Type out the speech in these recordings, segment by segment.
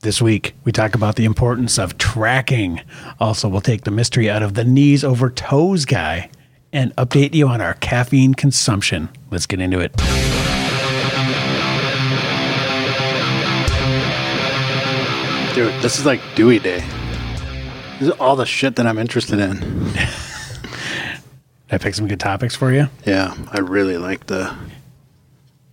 This week, we talk about the importance of tracking. Also, we'll take the mystery out of the knees over toes guy and update you on our caffeine consumption. Let's get into it. Dude, this is like Dewey Day. This is all the shit that I'm interested in. Did I pick some good topics for you? Yeah, I really like the.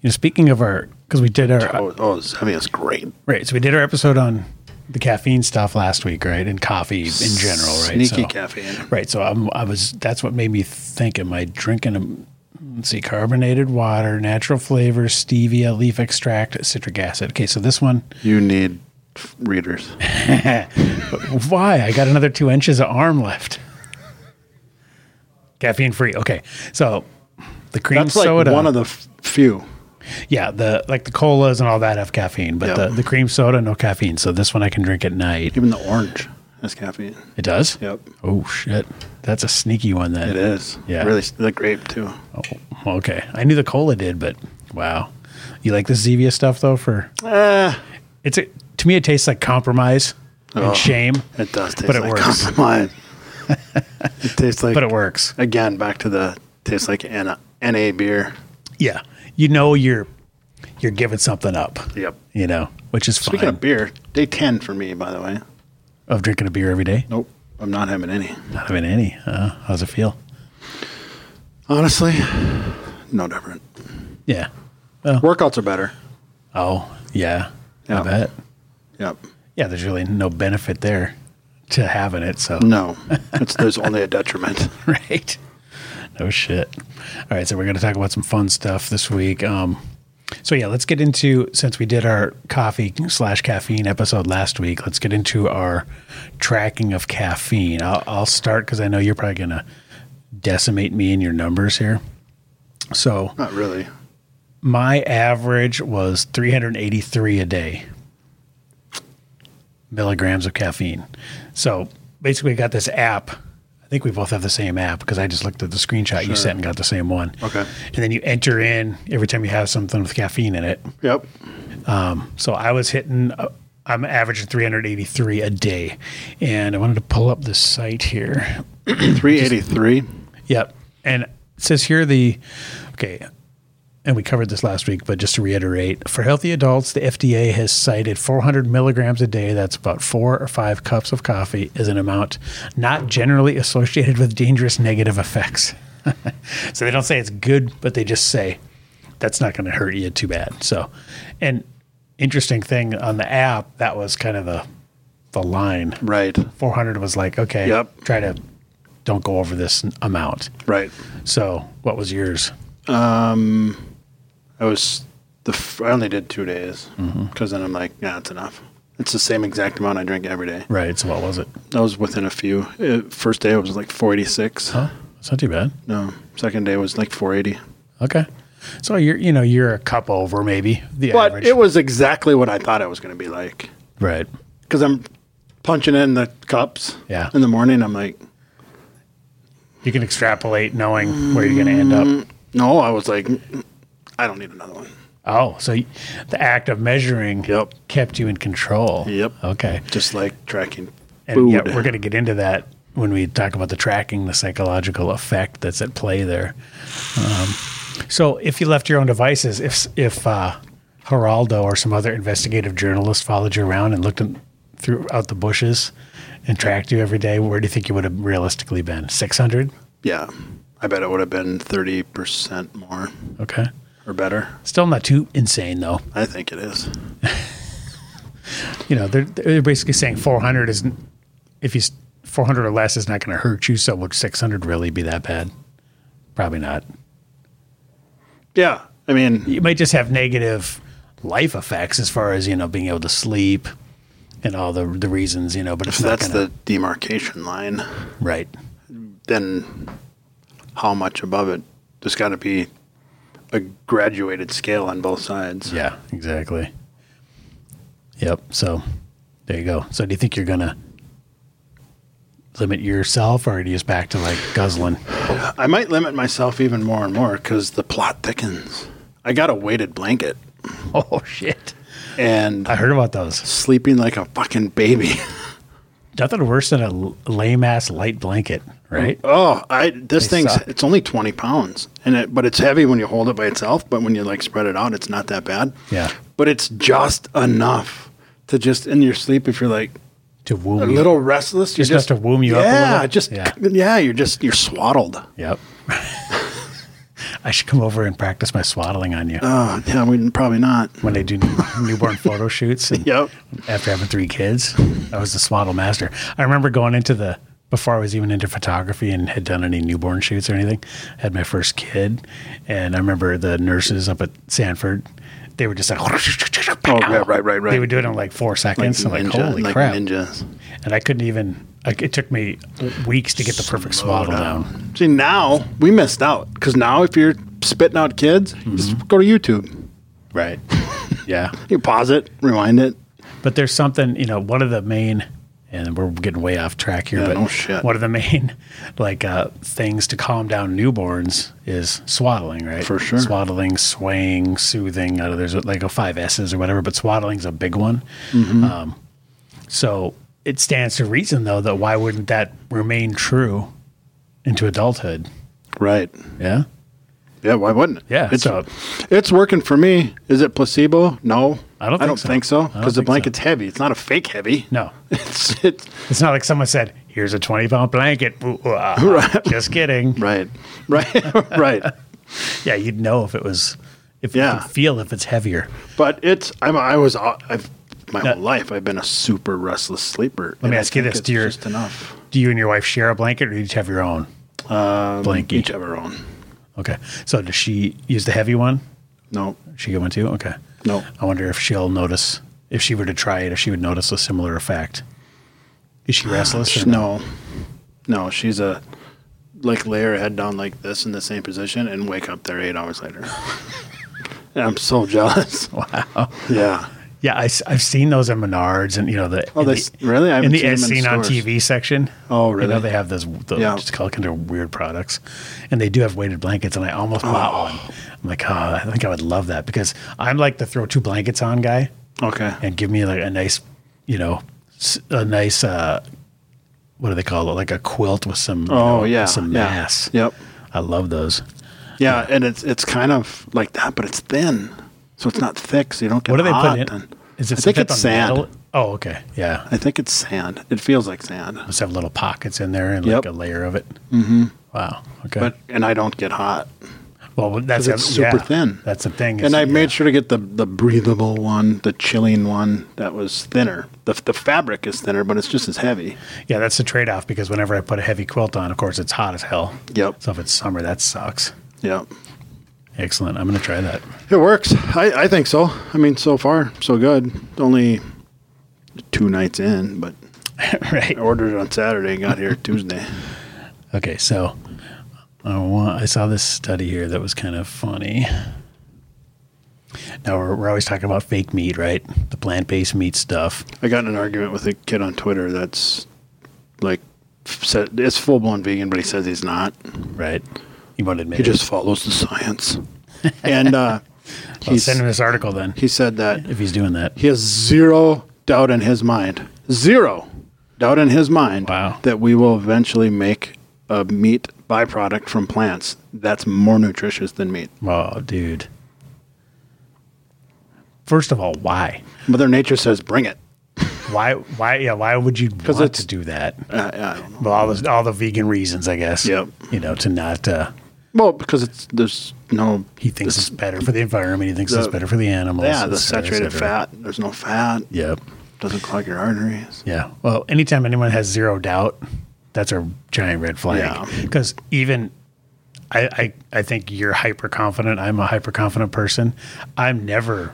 You know, speaking of our, because we did our, uh, Oh, oh I mean, it's great. right, so we did our episode on the caffeine stuff last week, right? And coffee in general, right? Sneaky So- caffeine. Right. So I'm, I was. That's what made me think. Am I drinking? A, let's see, carbonated water, natural flavors, stevia, leaf extract, citric acid. Okay, so this one. You need readers. Why? I got another two inches of arm left. Caffeine free. Okay, so the cream That's like soda. one of the f- few. yeah, the like the colas and all that have caffeine, but Yeah. the, the cream soda no caffeine. So this one I can drink at night. Even the orange has caffeine. It does. Yep, Oh shit, that's a sneaky one. Then it is. Yeah. Really, s- the grape, too. Oh, okay. I knew the cola did, but wow. You like the Zevia stuff though? For Ah, it's a, to me, it tastes like compromise and Oh. shame, it does taste But it like works. compromise. it tastes like. but it works. Again, back to the tastes like N- NA beer. Yeah, you know you're you're giving something up. Yep. You know, which is Speaking fine. of beer, day 10 for me, by the way. of drinking a beer every day, Nope, I'm not having any. not having any. Uh, how's it feel? Honestly, no different. Yeah. Workouts are better. Oh, yeah. I Yeah. bet. Yep. Yeah, there's really no benefit there to having it. So No, it's, there's only a detriment. right? No shit. All right, so we're going to talk about some fun stuff this week. Um, so yeah, let's get into since we did our coffee slash caffeine episode last week. Let's get into our tracking of caffeine. I'll, I'll start because I know you're probably going to decimate me in your numbers here. So Not really. my average was 383 a day milligrams of caffeine. So basically, I got this app. I think we both have the same app because I just looked at the screenshot you sent and got the same one. Okay. And then you enter in every time you have something with caffeine in it. Yep. So I was hitting, uh, I'm averaging 383 a day. And I wanted to pull up this site here. 383. Yep. And it says here the okay, and we covered this last week, but just to reiterate, for healthy adults, the FDA has cited 400 milligrams a day, that's about four or five cups of coffee, as an amount not generally associated with dangerous negative effects. so they don't say it's good, but they just say that's not going to hurt you too bad. So, and interesting thing on the app, that was kind of the the line. Right. 400 was like, okay, Yep. try to don't go over this n- amount. Right. So, what was yours? I was, the, f- I only did two days because then I'm like, yeah, it's enough. It's the same exact amount I drink every day. Right. So, what was it? That was within a few. Uh, first day, it was like 486. Huh? It's not too bad. No. Second day was like 480. Okay. So you're, you know, you're a cup over maybe the But average. it was exactly what I thought it was going to be like. right. Because I'm punching in the cups Yeah. in the morning. I'm like, You can extrapolate knowing where you're going to end Mm. up. no, I was like, I don't need another one. Oh, so y- the act of measuring Yep. kept you in control. Yep. Okay. Just like tracking And food. yeah, we're going to get into that when we talk about the tracking, the psychological effect that's at play there. Um, so, if you left your own devices, if if uh, Geraldo or some other investigative journalist followed you around and looked in, throughout the bushes and tracked you every day, where do you think you would have realistically been? Six hundred? yeah, I bet it would have been 30% more Okay. or better. Still not too insane though. I think it is. You know, they're they're basically saying four hundred is if you four hundred or less is not going to hurt you. So would six hundred really be that bad? Probably not. Yeah. I mean, you might just have negative life effects as far as you know being able to sleep and all the the reasons you know but it's if not that's gonna, the demarcation line, right then how much above it? There's got to be a graduated scale on both sides. yeah exactly yep so there you go so do you think you're gonna limit yourself or are you just back to like guzzling I might limit myself even more and more because the plot thickens. I got a weighted blanket. oh shit and I heard about those. sleeping like a fucking baby. Nothing worse than a lame ass light blanket, right? Oh, I this They thing's suck. it's only twenty pounds, and it but it's heavy when you hold it by itself. But when you like spread it out, it's not that bad. Yeah. but it's just enough to just in your sleep if you're like To woo a you. little restless. You're Just enough to warm you up a yeah, little? Just, Yeah. yeah, You're just you're swaddled. Yep. I should come over and practice my swaddling on you Oh, yeah, we probably not. when I do newborn photo shoots. and Yep. After having three kids, I was the swaddle master. I remember going into the before I was even into photography and had done any newborn shoots or anything. I had my first kid, and I remember the nurses up at Sanford. They were just like, Oh, yeah, right, right, right. They would do it in like four seconds. I'm like, ninja- holy like crap! ninjas. And I couldn't even. Like, it took me weeks to get the perfect swaddle down. See, now we missed out because now if you're spitting out kids, Mm-hmm. just go to YouTube. Right. Yeah. You pause it, rewind it. But there's something, you know, one of the main, and we're getting way off track here, Yeah, but no shit. one of the main like uh, things to calm down newborns is swaddling, right? For sure. Swaddling, swaying, soothing. Uh, there's like a five S's or whatever, but swaddling's a big one. Mm-hmm. Um, so it stands to reason, though, that why wouldn't that remain true into adulthood? Right. Yeah. Yeah, why wouldn't it? Yeah, It's, so- it's working for me. Is it placebo? No. I don't I think don't so. think so. I don't Because the think so. blanket's heavy. It's not a fake heavy. No. It's, it's It's not like someone said, here's a 20 pound blanket. Ooh, ah. Just kidding. right. Right. right. Yeah, you'd know if it was. If Yeah. you could feel if it's heavier. But it's I'm I was uh, I've my Now- whole life I've been a super restless sleeper. Let me ask you this, do your- just enough. Do you and your wife share a blanket, or do you each have your own? Um, Blankie. Each have our own. Okay. So does she use the heavy one? No. She get one too. Okay. No. I wonder if she'll notice if she were to try it, if she would notice a similar effect. Is she restless? or No. No, she's a like lay her head down like this in the same position and wake up there eight hours later. And I'm so jealous. Wow. Yeah. Yeah, I, have seen those in Menards, and you know the Oh, in they- the- really? I in haven't the seen as them in seen on stores. TV section. Oh, You know really? they have those the, Yeah. just all kind of weird products, and they do have weighted blankets. And I almost Oh. bought one. I'm like, oh, I think I would love that because I'm like the throw two blankets on guy. Okay. and give me like a nice, you know, s- a nice uh, what do they call it? Like a quilt with some you Oh know, yeah. some yeah. mass. Yep. I love those. Yeah, and it's it's kind of like that, but it's thin, so it's not thick, so you don't get What do they hot put in? then. Is it I think something it's on sand. metal? Oh, okay, yeah. I think it's sand. It feels like sand, Must have little pockets in there and Yep. like a layer of it. Mm-hmm. Wow. Okay. but and I don't get hot. well, that's it's a- super yeah, thin. That's the thing. is- And I yeah. made sure to get the the breathable one, the chilling one that was thinner. The the fabric is thinner, but it's just as heavy. Yeah, that's the trade off because whenever I put a heavy quilt on, of course it's hot as hell. Yep. So if it's summer, that sucks. Yep. Excellent. I'm gonna try that. It works. I I think so. I mean, so far so good. Only two nights in, but right. I ordered it on Saturday, got here Tuesday. Okay, so I want, I saw this study here that was kind of funny. Now we're, we're always talking about fake meat, right? The plant-based meat stuff. I got in an argument with a kid on Twitter that's like said it's full blown vegan, but he says he's not. Right. You won't admit He it. just follows the science. And uh, I'll he's, send him this article then he said that if he's doing that. he has zero doubt in his mind, zero doubt in his mind Wow. that we will eventually make a meat byproduct from plants that's more nutritious than meat. Oh, dude. First of all, why? Mother Nature says, bring it. Why? Why? Yeah. Why would you want it's- to do that? Uh, I don't know. Well, all the all the vegan reasons, I guess. Yep. You know, to not. Uh, Well, because it's there's no he thinks it's better for the environment. He thinks it's the- better for the animals. yeah the et cetera, et saturated cetera. fat. There's no fat. Yep. Doesn't clog your arteries. Yeah. Well, anytime anyone has zero doubt, that's a giant red flag. Yeah. Because even I, I, I think you're hyper confident. I'm a hyper confident person. I'm never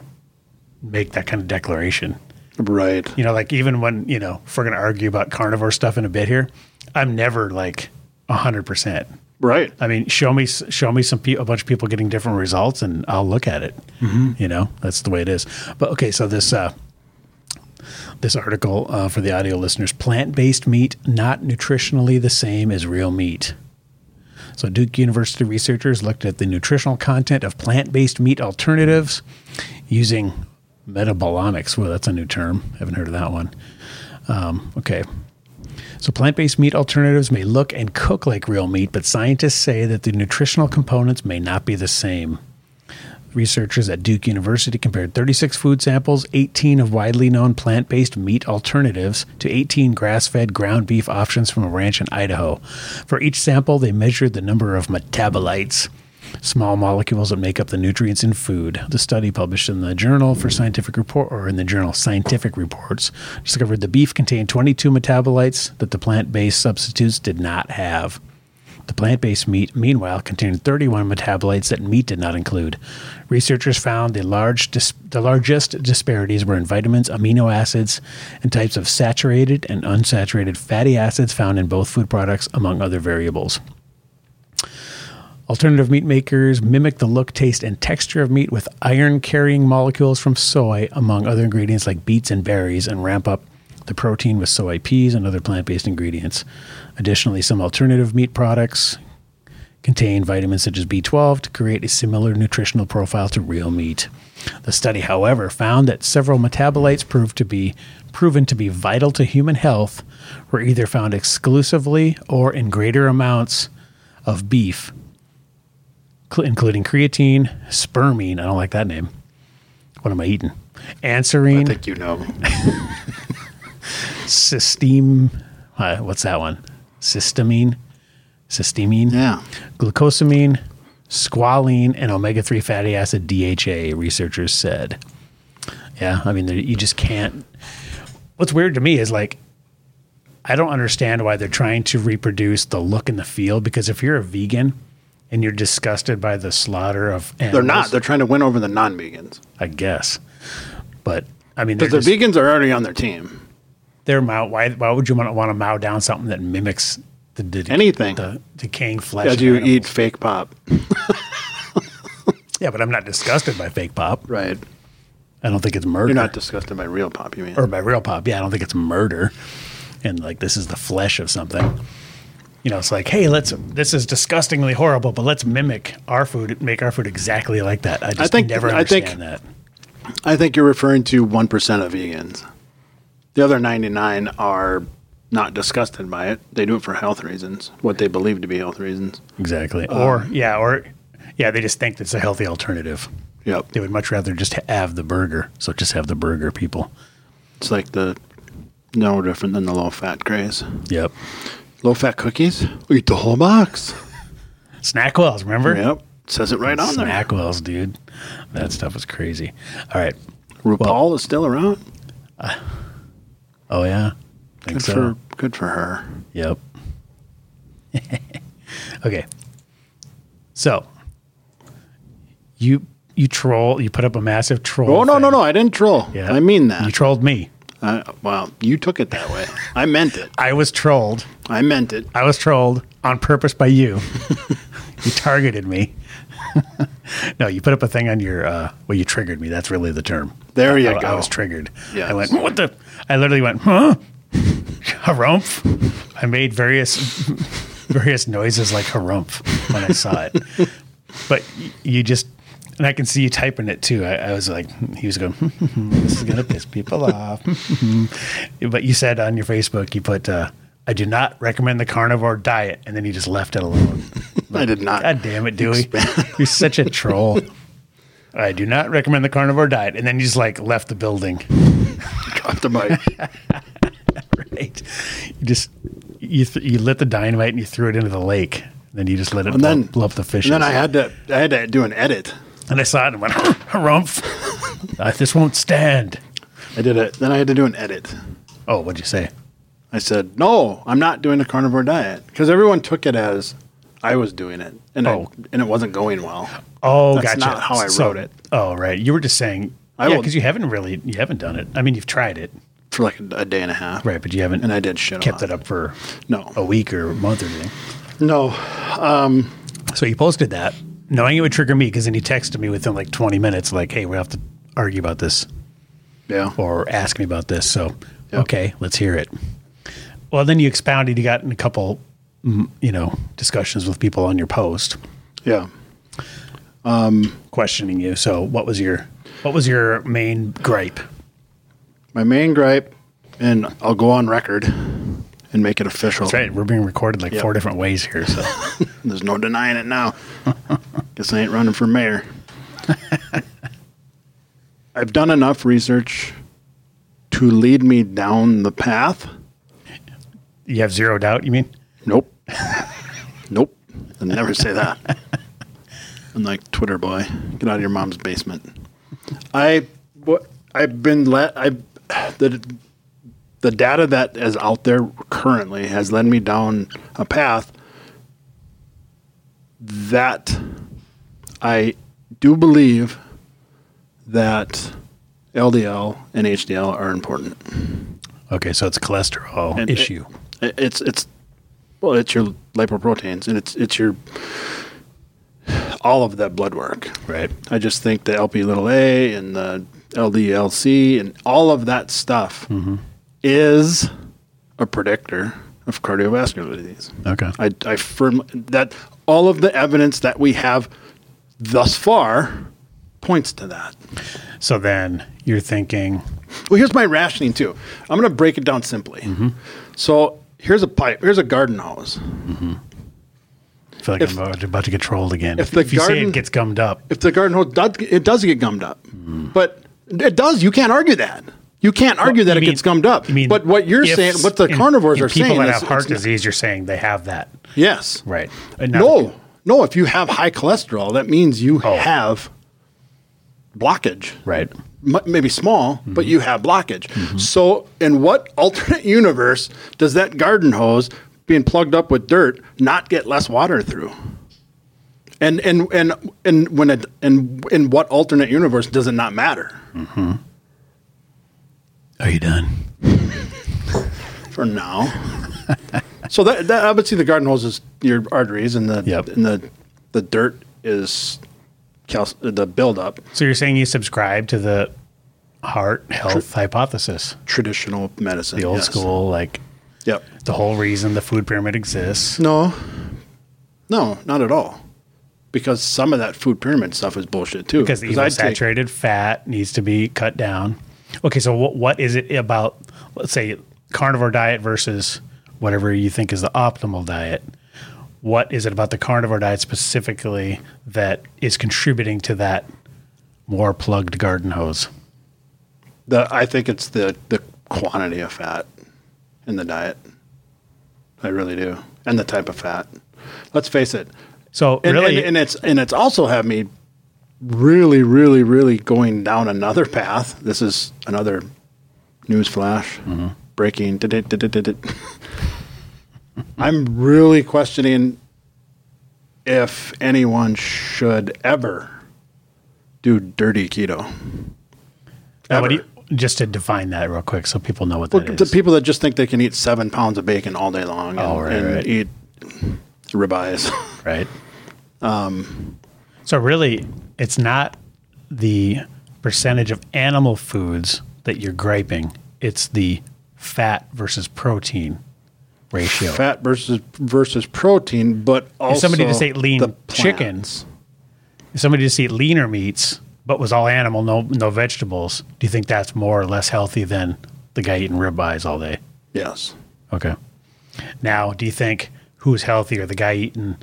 make that kind of declaration. Right. You know, like even when you know if we're gonna argue about carnivore stuff in a bit here, I'm never like hundred percent. Right. I mean, show me show me some pe- a bunch of people getting different results, and I'll look at it. You know, that's the way it is. But okay, so this uh, this article uh, for the audio listeners: plant based meat not nutritionally the same as real meat. So Duke University researchers looked at the nutritional content of plant based meat alternatives using metabolomics. Well, that's a new term. Haven't heard of that one. Um, okay. So, plant based meat alternatives may look and cook like real meat, but scientists say that the nutritional components may not be the same. Researchers at Duke University compared 36 food samples, 18 of widely known plant based meat alternatives, to 18 grass fed ground beef options from a ranch in Idaho. For each sample, they measured the number of metabolites, small molecules that make up the nutrients in food. The study published in the Journal for Scientific Report or in the journal Scientific Reports discovered the beef contained 22 metabolites that the plant based substitutes did not have. The plant based meat, meanwhile, contained 31 metabolites that meat did not include. Researchers found the, large dis- the largest disparities were in vitamins, amino acids, and types of saturated and unsaturated fatty acids found in both food products, among other variables. Alternative meat makers mimic the look, taste, and texture of meat with iron carrying molecules from soy, among other ingredients like beets and berries, and ramp up the protein with soy peas and other plant based ingredients. Additionally, some alternative meat products contain vitamins such as B12 to create a similar nutritional profile to real meat. The study, however, found that several metabolites proved to be proven to be vital to human health were either found exclusively or in greater amounts of beef cl- including creatine, spermine. I don't like that name. What am I eating? I Anserine, think you know. cysteine. Uh, what's that one? Cysteamine, cysteamine, Yeah. glucosamine, squalene, and omega three fatty acid DHA. Researchers said. Yeah, I mean, there- you just can't. What's weird to me is like. I don't understand why they're trying to reproduce the look and the feel because if you're a vegan and you're disgusted by the slaughter of animals, They're not. They're trying to win over the non vegans. I guess. But I mean, they're Because the just, vegans are already on their team. they're mow. Why, why would you want to, want to mow down something that mimics the, the Anything. the decaying flesh? As of you animals? eat fake pop. yeah, but I'm not disgusted by fake pop. Right. I don't think it's murder You're not disgusted by real pop, you mean? or by real pop. Yeah, I don't think it's murder. And like this is the flesh of something. You know, it's like, hey, let's. This is disgustingly horrible, but let's mimic our food, make our food exactly like that. I just think- never I understand think- that. I think you're referring to 1% of vegans. The other 99 are not disgusted by it. They do it for health reasons, what they believe to be health reasons. Exactly. Uh, or yeah, or yeah, they just think it's a healthy alternative. Yep. they would much rather just have the burger. So just have the burger, people. It's like the no different than the low fat craze. Yep. Low fat cookies? Eat the whole box. Snack wells, remember? Yep. Says it right on there. Snack wells, dude. That stuff was crazy. All right. RuPaul is still around. Oh yeah. Think Good so. for good for her. Yep. okay. So you you troll you put up a massive troll. Oh no no thing. no! I didn't troll. Yeah. I mean that. You trolled me. I, well, you took it that way. I meant it. I was trolled. I meant it. I was trolled on purpose by you. you targeted me. no, you put up a thing on your. Uh, well, you triggered me. That's really the term. There you I, go. I was triggered. oh. Yes. I went. What the? I literally went. Huh? Harumph. I made various various noises like harumph when I saw it. but y- you just. And I can see you typing it too. I, I was like, he was going, this is going to piss people off. but you said on your Facebook, you put, uh, I do not recommend the carnivore diet. And then you just left it alone. I did not. God damn it, Dewey. You're such a troll. I do not recommend the carnivore diet. And then you just like left the building. Dropped the mic. Right. You just, you, th- you lit the dynamite and you threw it into the lake. Then you just let it blow, then- blow up the fishes. And then I had to. I had to do an edit. And I saw it and went, harumph. Uh, this won't stand. I did it. Then I had to do an edit. Oh, what'd you say? I said, "No, I'm not doing the carnivore diet," because everyone took it as I was doing it, and Oh. I, and it wasn't going well. Oh, That's gotcha. not how I So- wrote it. Oh, right. You were just saying, I yeah, will- because you haven't really, you haven't done it. I mean, you've tried it, for like a, a day and a half. right? Oh. But you haven't And I did shit. kept on it up for No. a week or a month or anything. No. So you posted that, knowing it would trigger me, because then he texted me within like 20 minutes, like, "Hey, we have to argue about this Yeah. or ask me about this." So, Yep. okay, let's hear it. Well, then you expounded. You got in a couple, mm, you know, discussions with people on your post Yeah. questioning you. So, what was your What was your main gripe? My main gripe, and I'll go on record and make it official. That's right. We're being recorded like Yep. four different ways here. So There's no denying it now. Guess I ain't running for mayor. I've done enough research to lead me down the path. you have zero doubt. You mean? Nope. nope. I never say that. I'm like Twitter boy. Get out of your mom's basement. I what I've been let I the the data that is out there currently has led me down a path that I do believe that LDL and HDL are important. Okay, so it's a cholesterol And it- issue. It- It's it's well, it's your lipoproteins and it's it's your all of that blood work. right. I just think the LP little a and the LDLC and all of that stuff is a predictor of cardiovascular disease. Okay. I, I firmly that all of the evidence that we have thus far points to that. So then you're thinking, Well, here's my rationing too. I'm going to break it down simply. So here's a pipe. Here's a garden hose. I feel like If- I'm about- about to get trolled again. if If, the if you say garden- it gets gummed up, if the garden hose does, it does get gummed up. But it does. You can't argue that. You can't argue that You it mean- gets gummed up. you mean but what you're if- saying, what the in- carnivores in are saying, people that is- have heart it's- disease, you're saying they have that, Yes. right? And not- No. No. If you have high cholesterol, that means you Oh. have blockage. right? M- maybe small, but you have blockage. Mm-hmm. So, in what alternate universe does that garden hose being plugged up with dirt not get less water through? And and and and when it and in what alternate universe does it not matter? Are you done? for now. so that, that obviously the garden hose is your arteries, and the Yep. and the the dirt is cal- the buildup. So you're saying you subscribe to the heart health hypothesis, Traditional medicine, the old yes. school, like Yep. the whole reason the food pyramid exists. No, no, not at all. Because some of that food pyramid stuff is bullshit too. because the I'd evil take- saturated fat needs to be cut down. Okay, so what what is it about? Let's say carnivore diet versus whatever you think is the optimal diet. What is it about the carnivore diet specifically that is contributing to that more plugged garden hose? the I think it's the the quantity of fat in the diet. I really do, and the type of fat. Let's face it, So and, really, and, and it's and it's also had me really really really going down another path this is another news flash Mm-hmm. breaking did it, did it, did it. i'm really questioning if anyone should ever do dirty keto now what do you- ever. just to define that real quick, so people know what well, that is. the people that just think they can eat seven pounds of bacon all day long and, Oh, right, and right. eat ribeyes right? Um, Um, so really, it's not the percentage of animal foods that you're griping; it's the fat versus protein ratio. fat versus versus protein, but also if somebody just ate the lean plants. chickens, if somebody just ate leaner meats but was all animal, no no vegetables, do you think that's more or less healthy than the guy eating ribeyes all day? Yes. Okay. Now, do you think who's healthier, the guy eating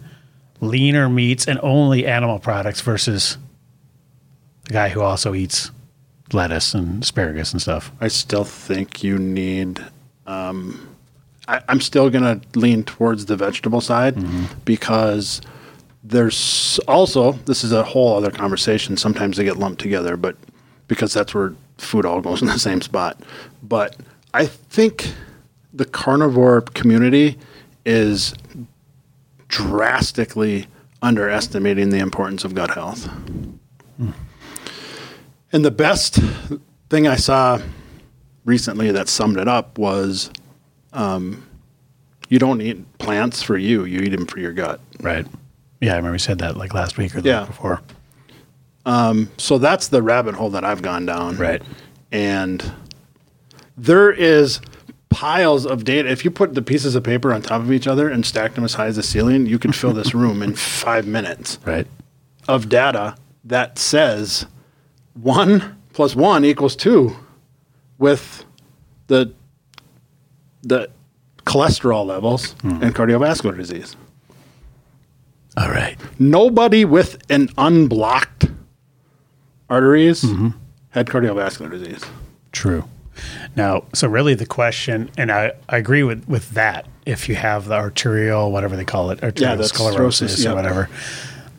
leaner meats and only animal products versus the guy who also eats lettuce and asparagus and stuff? I still think you need. Um, I, I'm still going to lean towards the vegetable side because there's also, this is a whole other conversation. Sometimes they get lumped together, but because that's where food all goes in the same spot. But I think the carnivore community is drastically underestimating the importance of gut health. And the best thing I saw recently that summed it up was um, you don't eat plants for you, you eat them for your gut. Right. Yeah, I remember you said that like last week or the Yeah. week before. So that's the rabbit hole that I've gone down. Right. And there is piles of data. If you put the pieces of paper on top of each other and stacked them as high as the ceiling, you could fill this room in five minutes. Right. of data that says one plus one equals two with the the cholesterol levels Hmm. and cardiovascular disease. All right. Nobody with an unblocked arteries Mm-hmm. had cardiovascular disease. True. Now, so really the question, and I, I agree with, with that. If you have the arterial, whatever they call it, arterial that's sclerosis sclerosis, yeah. or whatever,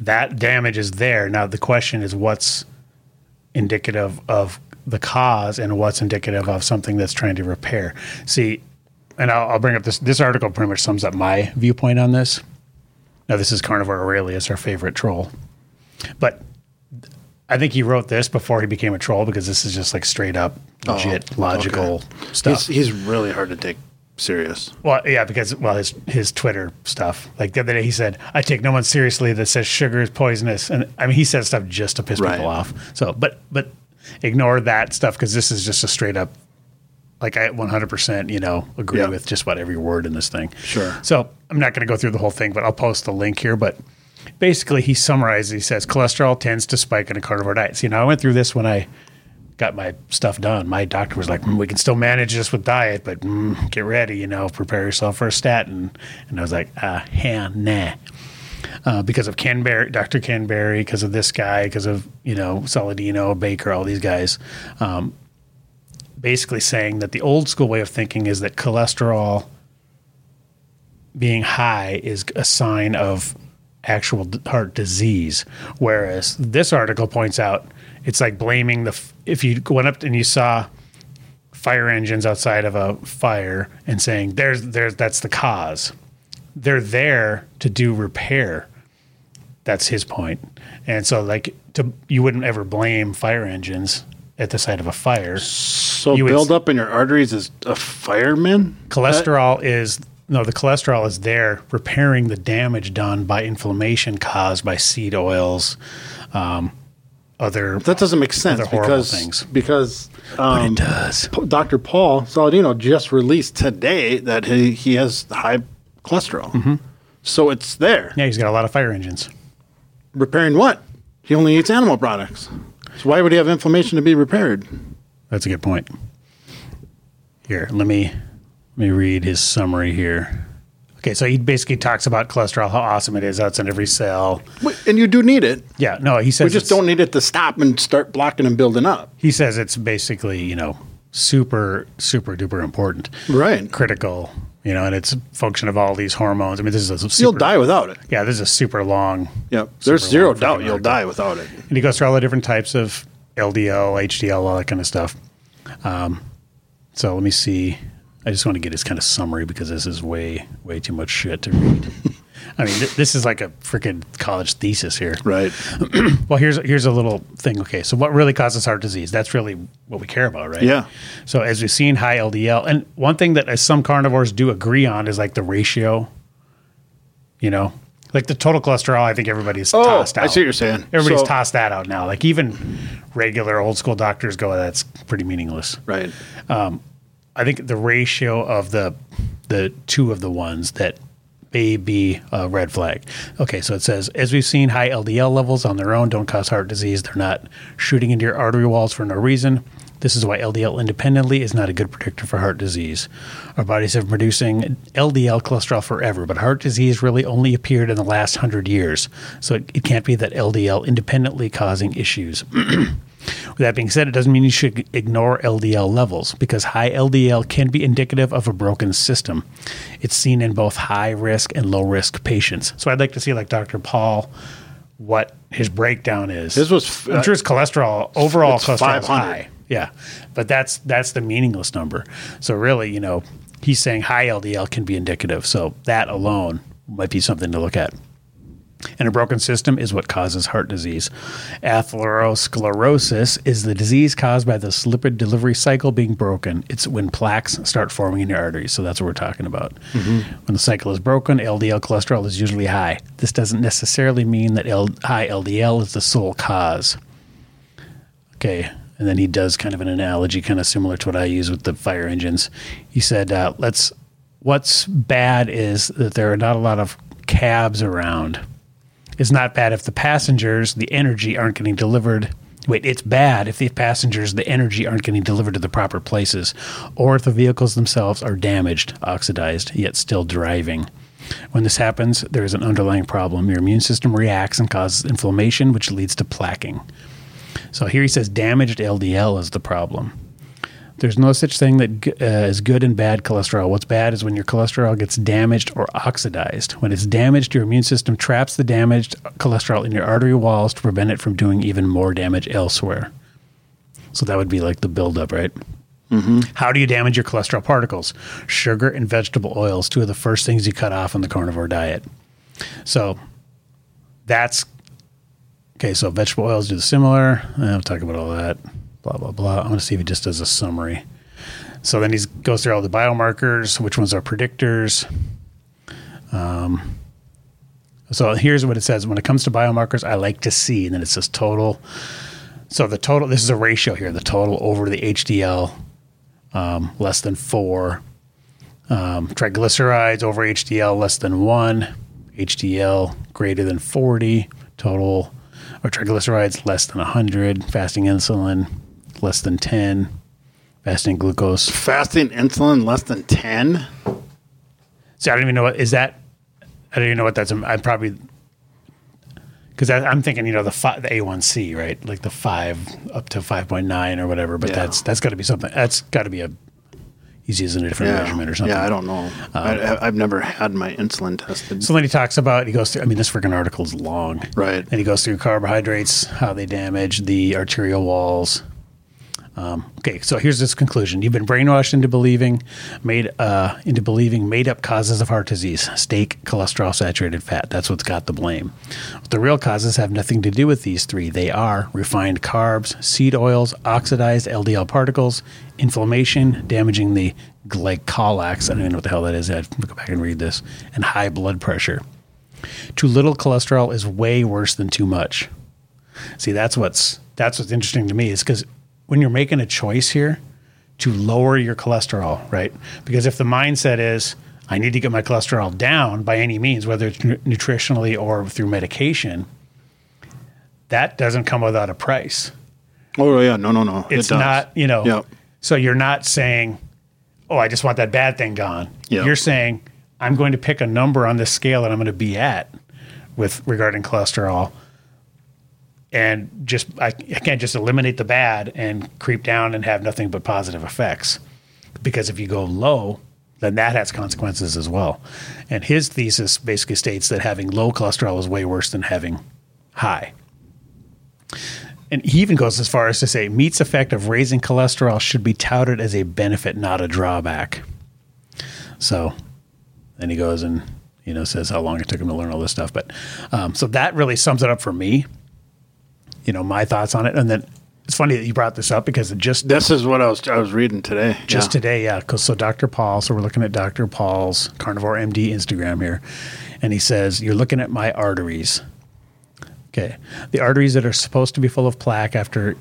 that damage is there. Now, the question is what's indicative of the cause and what's indicative of something that's trying to repair. See, and I'll, I'll bring up this. This article pretty much sums up my viewpoint on this. Now, this is Carnivore Aurelius, our favorite troll. But I think he wrote this before he became a troll because this is just like straight up, legit, logical stuff. Oh, He's, he's really hard to take serious. Well, yeah, because well, his his Twitter stuff. Like the other day, he said, "I take no one seriously that says sugar is poisonous," and I mean, he says stuff just to piss Right. people off. So, but but ignore that stuff because this is just a straight up, like I 100 percent you know agree Yeah. with just about every word in this thing. Sure. So I'm not going to go through the whole thing, but I'll post the link here. But basically, he summarizes. He says cholesterol tends to spike in a carnivore diet. See, now I went through this when I got my stuff done. My doctor was like, "Mm, "We can still manage this with diet, but mm, get ready, you know, prepare yourself for a statin." And I was like, "Ah, heh, nah." Uh, because of Canberry, Dr. Canberry, because of this guy, because of, you know, Saladino, Baker, all these guys, um, basically saying that the old school way of thinking is that cholesterol being high is a sign of actual d- heart disease. Whereas this article points out it's like blaming the, f- if you went up and you saw fire engines outside of a fire and saying, there's, there's, that's the cause. They're there to do repair. That's his point. And so, like, to, you wouldn't ever blame fire engines at the side of a fire. So You would- build up in your arteries as a fireman. Cholesterol is no, the cholesterol is there repairing the damage done by inflammation caused by seed oils, um, other. That doesn't make sense They're horrible because things. because um, does. P- Dr. Paul Saladino just released today that he, he has high cholesterol. So it's there. Mm-hmm. Yeah, he's got a lot of fire engines. Repairing what? He only eats animal products. So why would he have inflammation to be repaired? That's a good point. Here, let me let me read his summary here. Okay, so he basically talks about cholesterol, how awesome it is. That's in every cell. Wait, And you do need it. Yeah, no, he says We just it's- don't need it to stop and start blocking and building up. He says it's basically you know super super duper important, Right. critical. You know, and it's a function of all these hormones. I mean, this is a super, You'll die without it. Yeah, this is a super long. Yep. There's zero long doubt fucking you'll article. die without it. And he goes through all the different types of LDL, HDL, all that kind of stuff. Um, so let me see. I just want to get his kind of summary because this is way, way too much shit to read. I mean, th- this is like a freaking college thesis here. Right. Well, here's here's a little thing. Okay, so what really causes heart disease? That's really what we care about, right? Yeah. So as we've seen, high LDL, and one thing that uh, some carnivores do agree on is like the ratio. You know, like the total cholesterol. I think everybody's Oh, tossed out. I see what you're saying. Everybody's So- tossed that out now. Like even regular old school doctors go, that's pretty meaningless. Right. I think the ratio of the the two of the ones that may be a red flag. Okay, so it says as we've seen, high LDL levels on their own don't cause heart disease. They're not shooting into your artery walls for no reason. This is why LDL independently is not a good predictor for heart disease. Our bodies have been producing LDL cholesterol forever, but heart disease really only appeared in the last hundred years. So it, it can't be that LDL independently causing issues. With that being said, it doesn't mean you should ignore LDL levels because high LDL can be indicative of a broken system. It's seen in both high risk and low risk patients. So I'd like to see, like Dr. Paul, what his breakdown is. This was uh, f- I'm sure his cholesterol overall It's cholesterol is 500. high. Yeah, but that's that's the meaningless number. So really, you know, he's saying high LDL can be indicative. So that alone might be something to look at. And a broken system is what causes heart disease. Atherosclerosis is the disease caused by this lipid delivery cycle being broken. It's when plaques start forming in your arteries. So that's what we're talking about. When the cycle is broken, LDL cholesterol is usually high. This doesn't necessarily mean that L- high LDL is the sole cause. Okay. And then he does kind of an analogy, kind of similar to what I use with the fire engines. He said, uh, let's, what's bad is that there are not a lot of cabs around. It's not bad if the passengers, the energy aren't getting delivered Wait, it's bad if the passengers, the energy aren't getting delivered to the proper places, or if the vehicles themselves are damaged, oxidized, yet still driving. When this happens, there is an underlying problem. Your immune system reacts and causes inflammation, which leads to placking. So here he says damaged LDL is the problem. There's no such thing that g- uh, is good and bad cholesterol. What's bad is when your cholesterol gets damaged or oxidized. When it's damaged, your immune system traps the damaged cholesterol in your artery walls to prevent it from doing even more damage elsewhere. So that would be like the buildup, right? How do you damage your cholesterol particles? Sugar and vegetable oils, two of the first things you cut off on the carnivore diet. So that's okay. So vegetable oils do the similar. i will talk about all that. Blah blah blah. I want to see if he just does a summary. So then he goes through all the biomarkers, which ones are predictors. Um, so here's what it says: when it comes to biomarkers, I like to see, and then it says total. So the total. This is a ratio here: the total over the HDL, um, less than four. Um, triglycerides over HDL less than one, HDL greater than 40 total, or triglycerides less than 100, fasting insulin less than 10, fasting glucose. Fasting insulin less than 10? So I don't even know what is that. I don't even know what that's. I probably because I'm thinking you know the fi- the A1C right, like the five up to 5.9 or whatever. But Yeah. that's that's got to be something. That's got to be a he's using a different measurement or something. Um, Yeah, I don't know. I, I- I've never had my insulin tested. So then he talks about he goes through. I mean, this freaking article is long, Right. And he goes through carbohydrates, how they damage the arterial walls. Um, okay, so here's this conclusion: You've been brainwashed into believing, made uh, into believing made-up causes of heart disease: steak, cholesterol, saturated fat. That's what's got the blame. But the real causes have nothing to do with these three. They are refined carbs, seed oils, oxidized LDL particles, inflammation, damaging the glycolax. I don't even know what the hell that is. I have to go back and read this, and high blood pressure. Too little cholesterol is way worse than too much. See, that's what's that's what's interesting to me is because when you're making a choice here to lower your cholesterol, right? Because if the mindset is I need to get my cholesterol down by any means, whether it's nu- nutritionally or through medication, that doesn't come without a price. Oh, yeah. No, no, no. It It's does. not, you know. Yep. So you're not saying, "Oh, I just want that bad thing gone." Yeah. You're saying, "I'm going to pick a number on this scale that I'm going to be at with regarding cholesterol." and just I, I can't just eliminate the bad and creep down and have nothing but positive effects because if you go low then that has consequences as well and his thesis basically states that having low cholesterol is way worse than having high and he even goes as far as to say meat's effect of raising cholesterol should be touted as a benefit not a drawback so then he goes and you know says how long it took him to learn all this stuff but um, so that really sums it up for me you know my thoughts on it and then it's funny that you brought this up because it just This is what I was I was reading today. just Yeah. today yeah 'cause- so dr paul so we're looking at dr paul's carnivore md instagram here and he says you're looking at my arteries okay the arteries that are supposed to be full of plaque after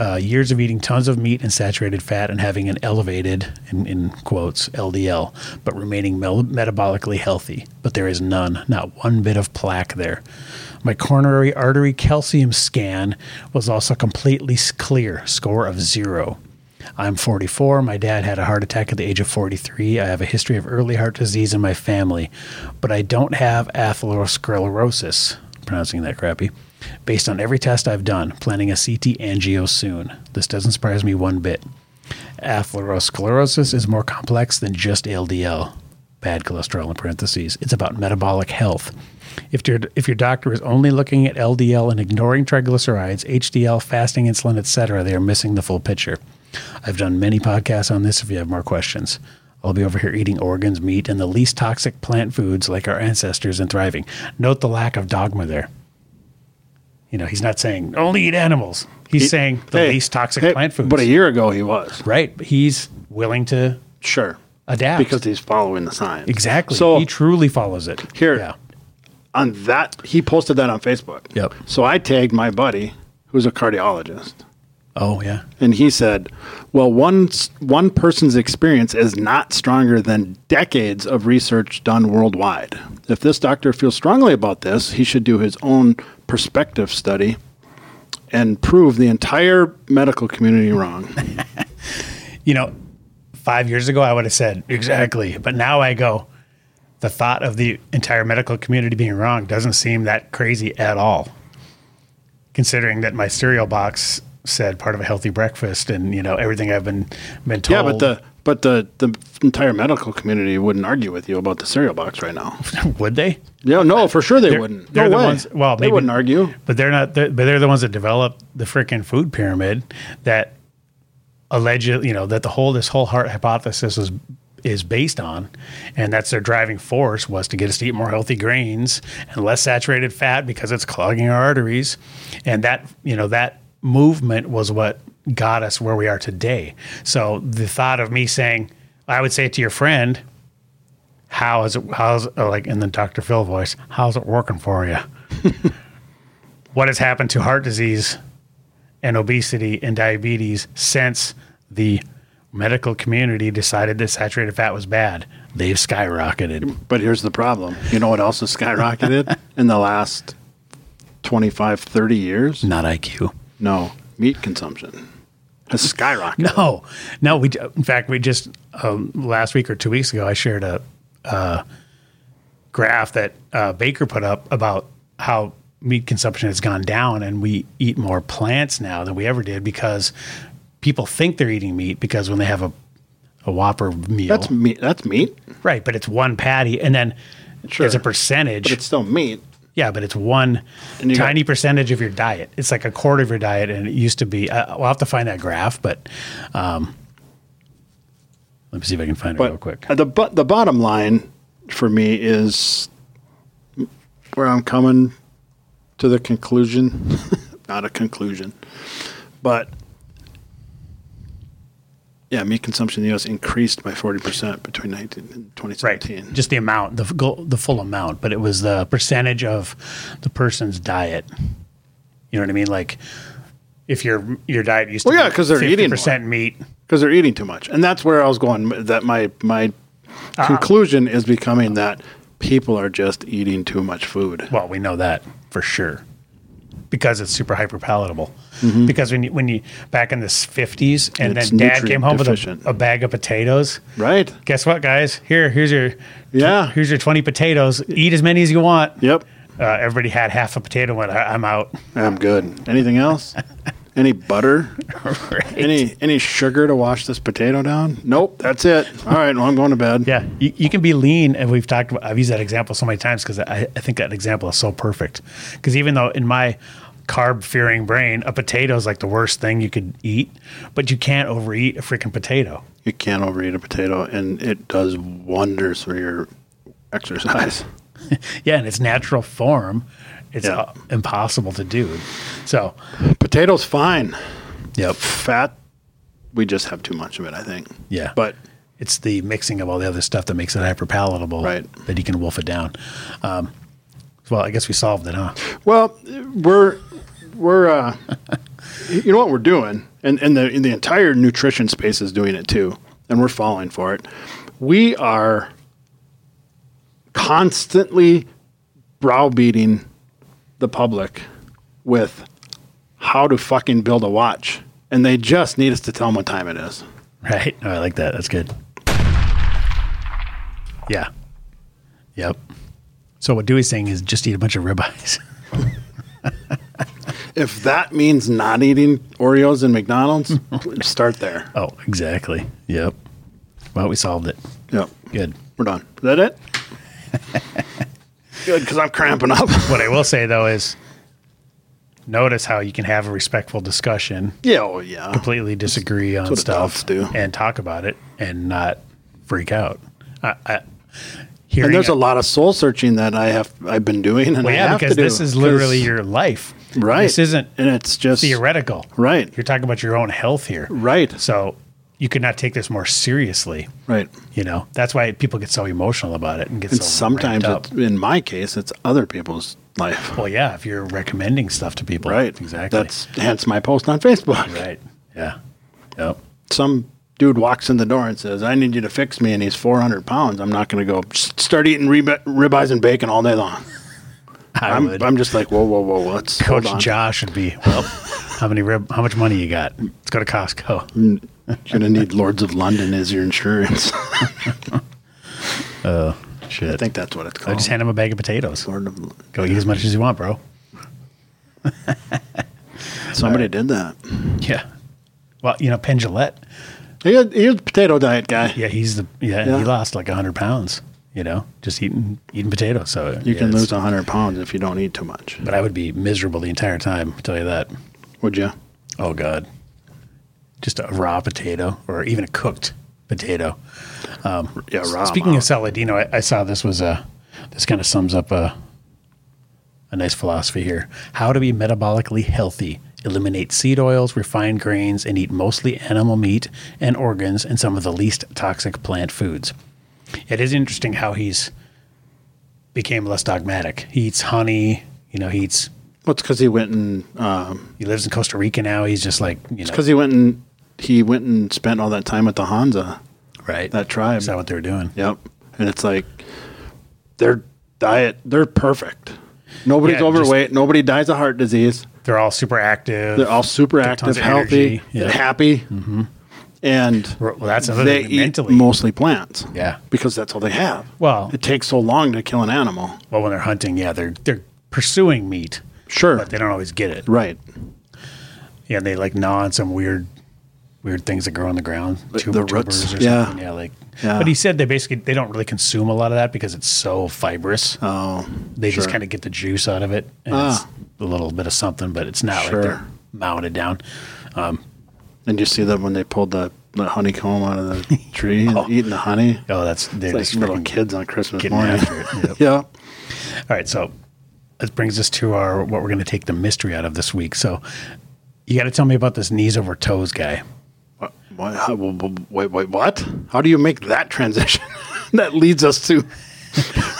uh, years of eating tons of meat and saturated fat and having an elevated in, in quotes ldl but remaining mel- metabolically healthy but there is none not one bit of plaque there my coronary artery calcium scan was also completely s- clear score of zero I'm 44. My dad had a heart attack at the age of 43. I have a history of early heart disease in my family, but I don't have atherosclerosis. Pronouncing that crappy. Based on every test I've done, planning a CT angio soon. This doesn't surprise me one bit. Atherosclerosis is more complex than just LDL bad cholesterol in parentheses. It's about metabolic health. If your if your doctor is only looking at LDL and ignoring triglycerides, HDL, fasting insulin, etc., they are missing the full picture. I've done many podcasts on this if you have more questions. I'll be over here eating organs, meat, and the least toxic plant foods like our ancestors and thriving. Note the lack of dogma there. You know, he's not saying only eat animals. He's saying the Hey, least toxic hey, plant foods. But a year ago he was. Right. But he's willing to Sure. adapt. Because he's following the science. exactly. So he truly follows it. Here. Yeah. on that he posted that on Facebook. Yep. So I tagged my buddy who's a cardiologist. Oh, yeah. And he said, "Well, one s- one person's experience is not stronger than decades of research done worldwide. If this doctor feels strongly about this, he should do his own perspective study and prove the entire medical community wrong. You know, five years ago, I would have said exactly. But now I go, the thought of the entire medical community being wrong doesn't seem that crazy at all. Considering that my cereal box said part of a healthy breakfast and, you know, everything I've been, been yeah, told. but the but the the entire medical community wouldn't argue with you about the cereal box right now. would they? Yeah, no, for sure they wouldn't. they're no the way. ones- well, they maybe- wouldn't argue. But they're not. They're, but they're the ones that developed the freaking food pyramid that allegedly, you know, that the whole this whole heart hypothesis is is based on, and that's their driving force was to get us to eat more healthy grains and less saturated fat because it's clogging our arteries, and that you know that movement was what got us where we are today. So the thought of me saying, I would say to your friend. How is it? How's uh, like in the Dr. Phil voice? How's it working for you? what has happened to heart disease and obesity and diabetes since the medical community decided that saturated fat was bad. They've skyrocketed. But here's the problem. You know what else has skyrocketed in the last 25, 30 years? Not IQ. No, meat consumption has skyrocketed. No, no. We in fact we just um, last week or two weeks ago I shared a, uh graph that uh, Baker put up about how meat consumption has gone down and we eat more plants now than we ever did because people think they're eating meat because when they have a a Whopper meal That's meat. That's meat. Right, but it's one patty, and then Sure. it's a percentage. But it's still meat. yeah, but it's one And you got- tiny percentage of your diet. It's like a quarter of your diet, and it used to be. Uh, we'll have to find that graph, but um, let me see if I can find it But real quick. the bu- the bottom line for me is where I'm coming to the conclusion, not a conclusion, but yeah, meat consumption in the U.S. increased by forty percent between 19 and Right, 2017. just the amount, the f- go- the full amount, but it was the percentage of the person's diet. You know what I mean? Like if your your diet used to Well, be yeah, 'cause they're eating more. percent meat. because they're eating too much, and that's where I was going. That my my Ah. conclusion is becoming that people are just eating too much food. Well, we know that for sure because it's super hyper palatable. Because when you, when you back in the 50s and Mm-hmm. It's then dad nutrient came home deficient. with a, a bag of potatoes. Right? Guess what, guys? Here, here's your Yeah. here's your 20 potatoes. Eat as many as you want. Yep. Uh, everybody had half a potato and went, "I- I'm out. I'm good. Anything else? Any butter? Any any sugar to wash this potato down? Nope, that's it. All right, well I'm going to bed. Yeah, you, you can be lean, and we've talked. about I've used that example so many times because I, I think that example is so perfect. Because even though in my carb-fearing brain, a potato is like the worst thing you could eat, but you can't overeat a freaking potato. You can't overeat a potato, and it does wonders for your exercise. yeah, in its natural form, it's Yeah. uh, impossible to do. So, Potatoes fine. yep, Fat, we just have too much of it. I think. Yeah. But it's the mixing of all the other stuff that makes it hyper palatable Right. that you can wolf it down. Um, well, I guess we solved it, huh? Well, we're we're uh, you know what we're doing, and and the and the entire nutrition space is doing it too, and we're falling for it. We are constantly browbeating the public with how to fucking build a watch, and they just need us to tell them what time it is. Right? Oh, I like that. That's good. Yeah. Yep. So what Dewey's saying is just eat a bunch of ribeyes. If that means not eating Oreos and McDonald's, start there. oh, exactly. Yep. Well, we solved it. Yep, Good. we're done. Is that it? Good, because I'm cramping up. What I will say though is notice how you can have a respectful discussion Yeah, oh yeah. completely disagree on what adults stuff do. and talk about it and not freak out. I, I, hearing And there's a it- lot of soul searching that I have I've been doing and well, I yeah, have because to do, this is literally 'cause- your life. right. This isn't and it's just theoretical. Right. You're talking about your own health here. Right. So you could not take this more seriously. Right. You know, that's why people get so emotional about it and get And so sometimes ramped up. it's, in my case it's other people's life. well, yeah, if you're recommending stuff to people, Right. Exactly. That's hence my post on Facebook. right. Yeah. Yep. Some dude walks in the door and says, "I need you to fix me," and he's 400 pounds. I'm not going to go "Just start eating rib- ribeyes and bacon all day long. I I'm, would. I'm just like, whoa, whoa, whoa, what's Coach Josh would be well. How many rib? How much money you got? Let's go to Costco. You're gonna need Lords of London as your insurance. Shit. I I, think that's what it's called. just hand him a bag of potatoes. Lord of London. Go eat as much as you want, bro. Somebody did that. Yeah. Well, you know, Penn Jillette. He had, he was a potato diet guy. Yeah, he's the yeah, Yeah. He lost like hundred pounds. You know, just eating eating potatoes. So You yeah, can it's- lose 100 pounds if you don't eat too much. But I would be miserable the entire time. I'll tell you that. Would you? Oh God. Just a raw potato, or even a cooked potato. Yeah, raw. Speaking amount. of Saladino, I, I saw this was a this kind of sums up a a nice philosophy here. How to be metabolically healthy. Eliminate seed oils, refined grains, and eat mostly animal meat and organs and some of the least toxic plant foods. It is interesting how he's became less dogmatic. He eats honey, you know, he eats Well, it's because he went and um, he lives in Costa Rica now. He's just like, you know, because he went and he went and spent all that time with the Hanza right. that tribe. Is that what they're doing? Yep. And it's like their diet, they're perfect. Nobody's Yeah, just- overweight. nobody dies of heart disease. They're all super active. They're all super tons active, of healthy, energy. Yeah. Mm-hmm. happy, and well, that's another they thing eat mentally. mostly plants. Yeah. because that's all they have. Well- it takes so long to kill an animal. Well, when they're hunting, yeah, they're they're pursuing meat, Sure, but they don't always get it. right. Yeah, and they like gnaw on some weird, weird things that grow on the ground, Like tu- the roots, tubers yeah. something. Yeah, like. Yeah. But he said they basically they don't really consume a lot of that because it's so fibrous. Oh, they just sure. kind of get the juice out of it and Ah. it's a little bit of something, but it's not Sure. like they're mounted down. and you see that when they pulled the, the honeycomb out of the tree, and eating the honey, Oh, that's they're like just little freaking kids on Christmas getting morning. after it. Yep. yeah, All right, so this brings us to our what we're going to take the mystery out of this week. So you got to tell me about this knees over toes guy. What- what- how- w- w- wait, wait, what? How do you make that transition? that leads us to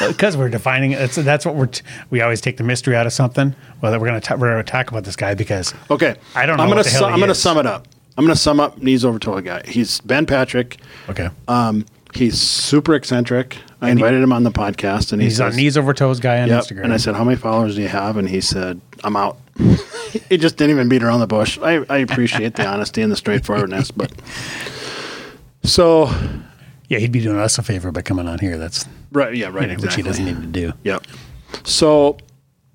because we're defining it's, that's what we're t- we always take the mystery out of something well that we're going to we're going to talk about this guy because okay. I don't know I'm what gonna the hell su- he I'm gonna is. sum it up. I'm gonna sum up knees over toe guy. He's Ben Patrick. okay Um, he's super eccentric. I invited him on the podcast, and he he's says, on knees over toes guy on Yep. instagram And I said, "How many followers do you have?" And he said, "I'm out." he just didn't even beat around the bush. I, I appreciate the honesty and the straightforwardness, but so yeah he'd be doing us a favor by coming on here that's right, yeah, which right, he exactly. doesn't need to do Yep. So,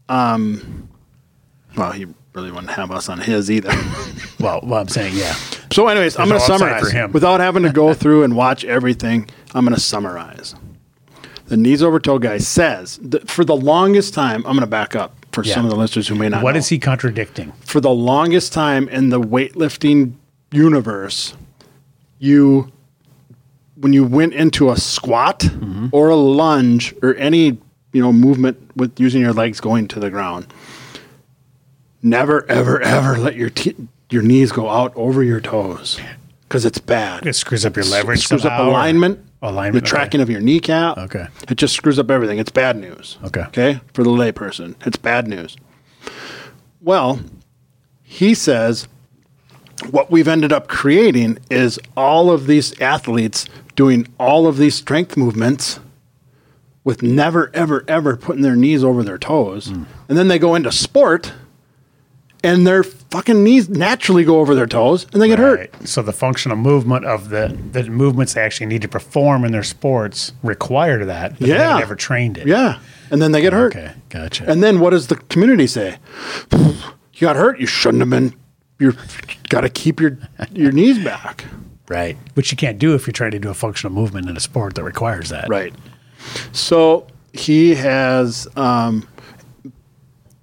um, well, he really wouldn't have us on his either. well well i'm saying yeah so, anyways, I'm going There's to no upside summarize for him. without having to go through and watch everything. I'm going to summarize. The knees over toe guy says th- for the longest time. I'm going to back up for Yeah. some of the listeners who may not. what know. is he contradicting for the longest time in the weightlifting universe, you when you went into a squat or a lunge or any you know movement with using your legs going to the ground, never ever ever let your te- your knees go out over your toes because it's bad. it screws up your leverage It screws up somehow, or- alignment, alignment the okay. tracking of your kneecap. Okay. It just screws up everything. It's bad news. Okay. Okay. For the layperson, it's bad news. Well, he says what we've ended up creating is all of these athletes doing all of these strength movements with never, ever, ever putting their knees over their toes. Hmm. And then they go into sport and their fucking knees naturally go over their toes and they get hurt. Right. so the functional movement of the the movements they actually need to perform in their sports require that but Yeah. they never trained it Yeah. And then they get hurt. okay gotcha And then what does the community say? You got hurt. You shouldn't have been. You got to keep your your knees back. right which you can't do if you're trying to do a functional movement in a sport that requires that Right. So he has um,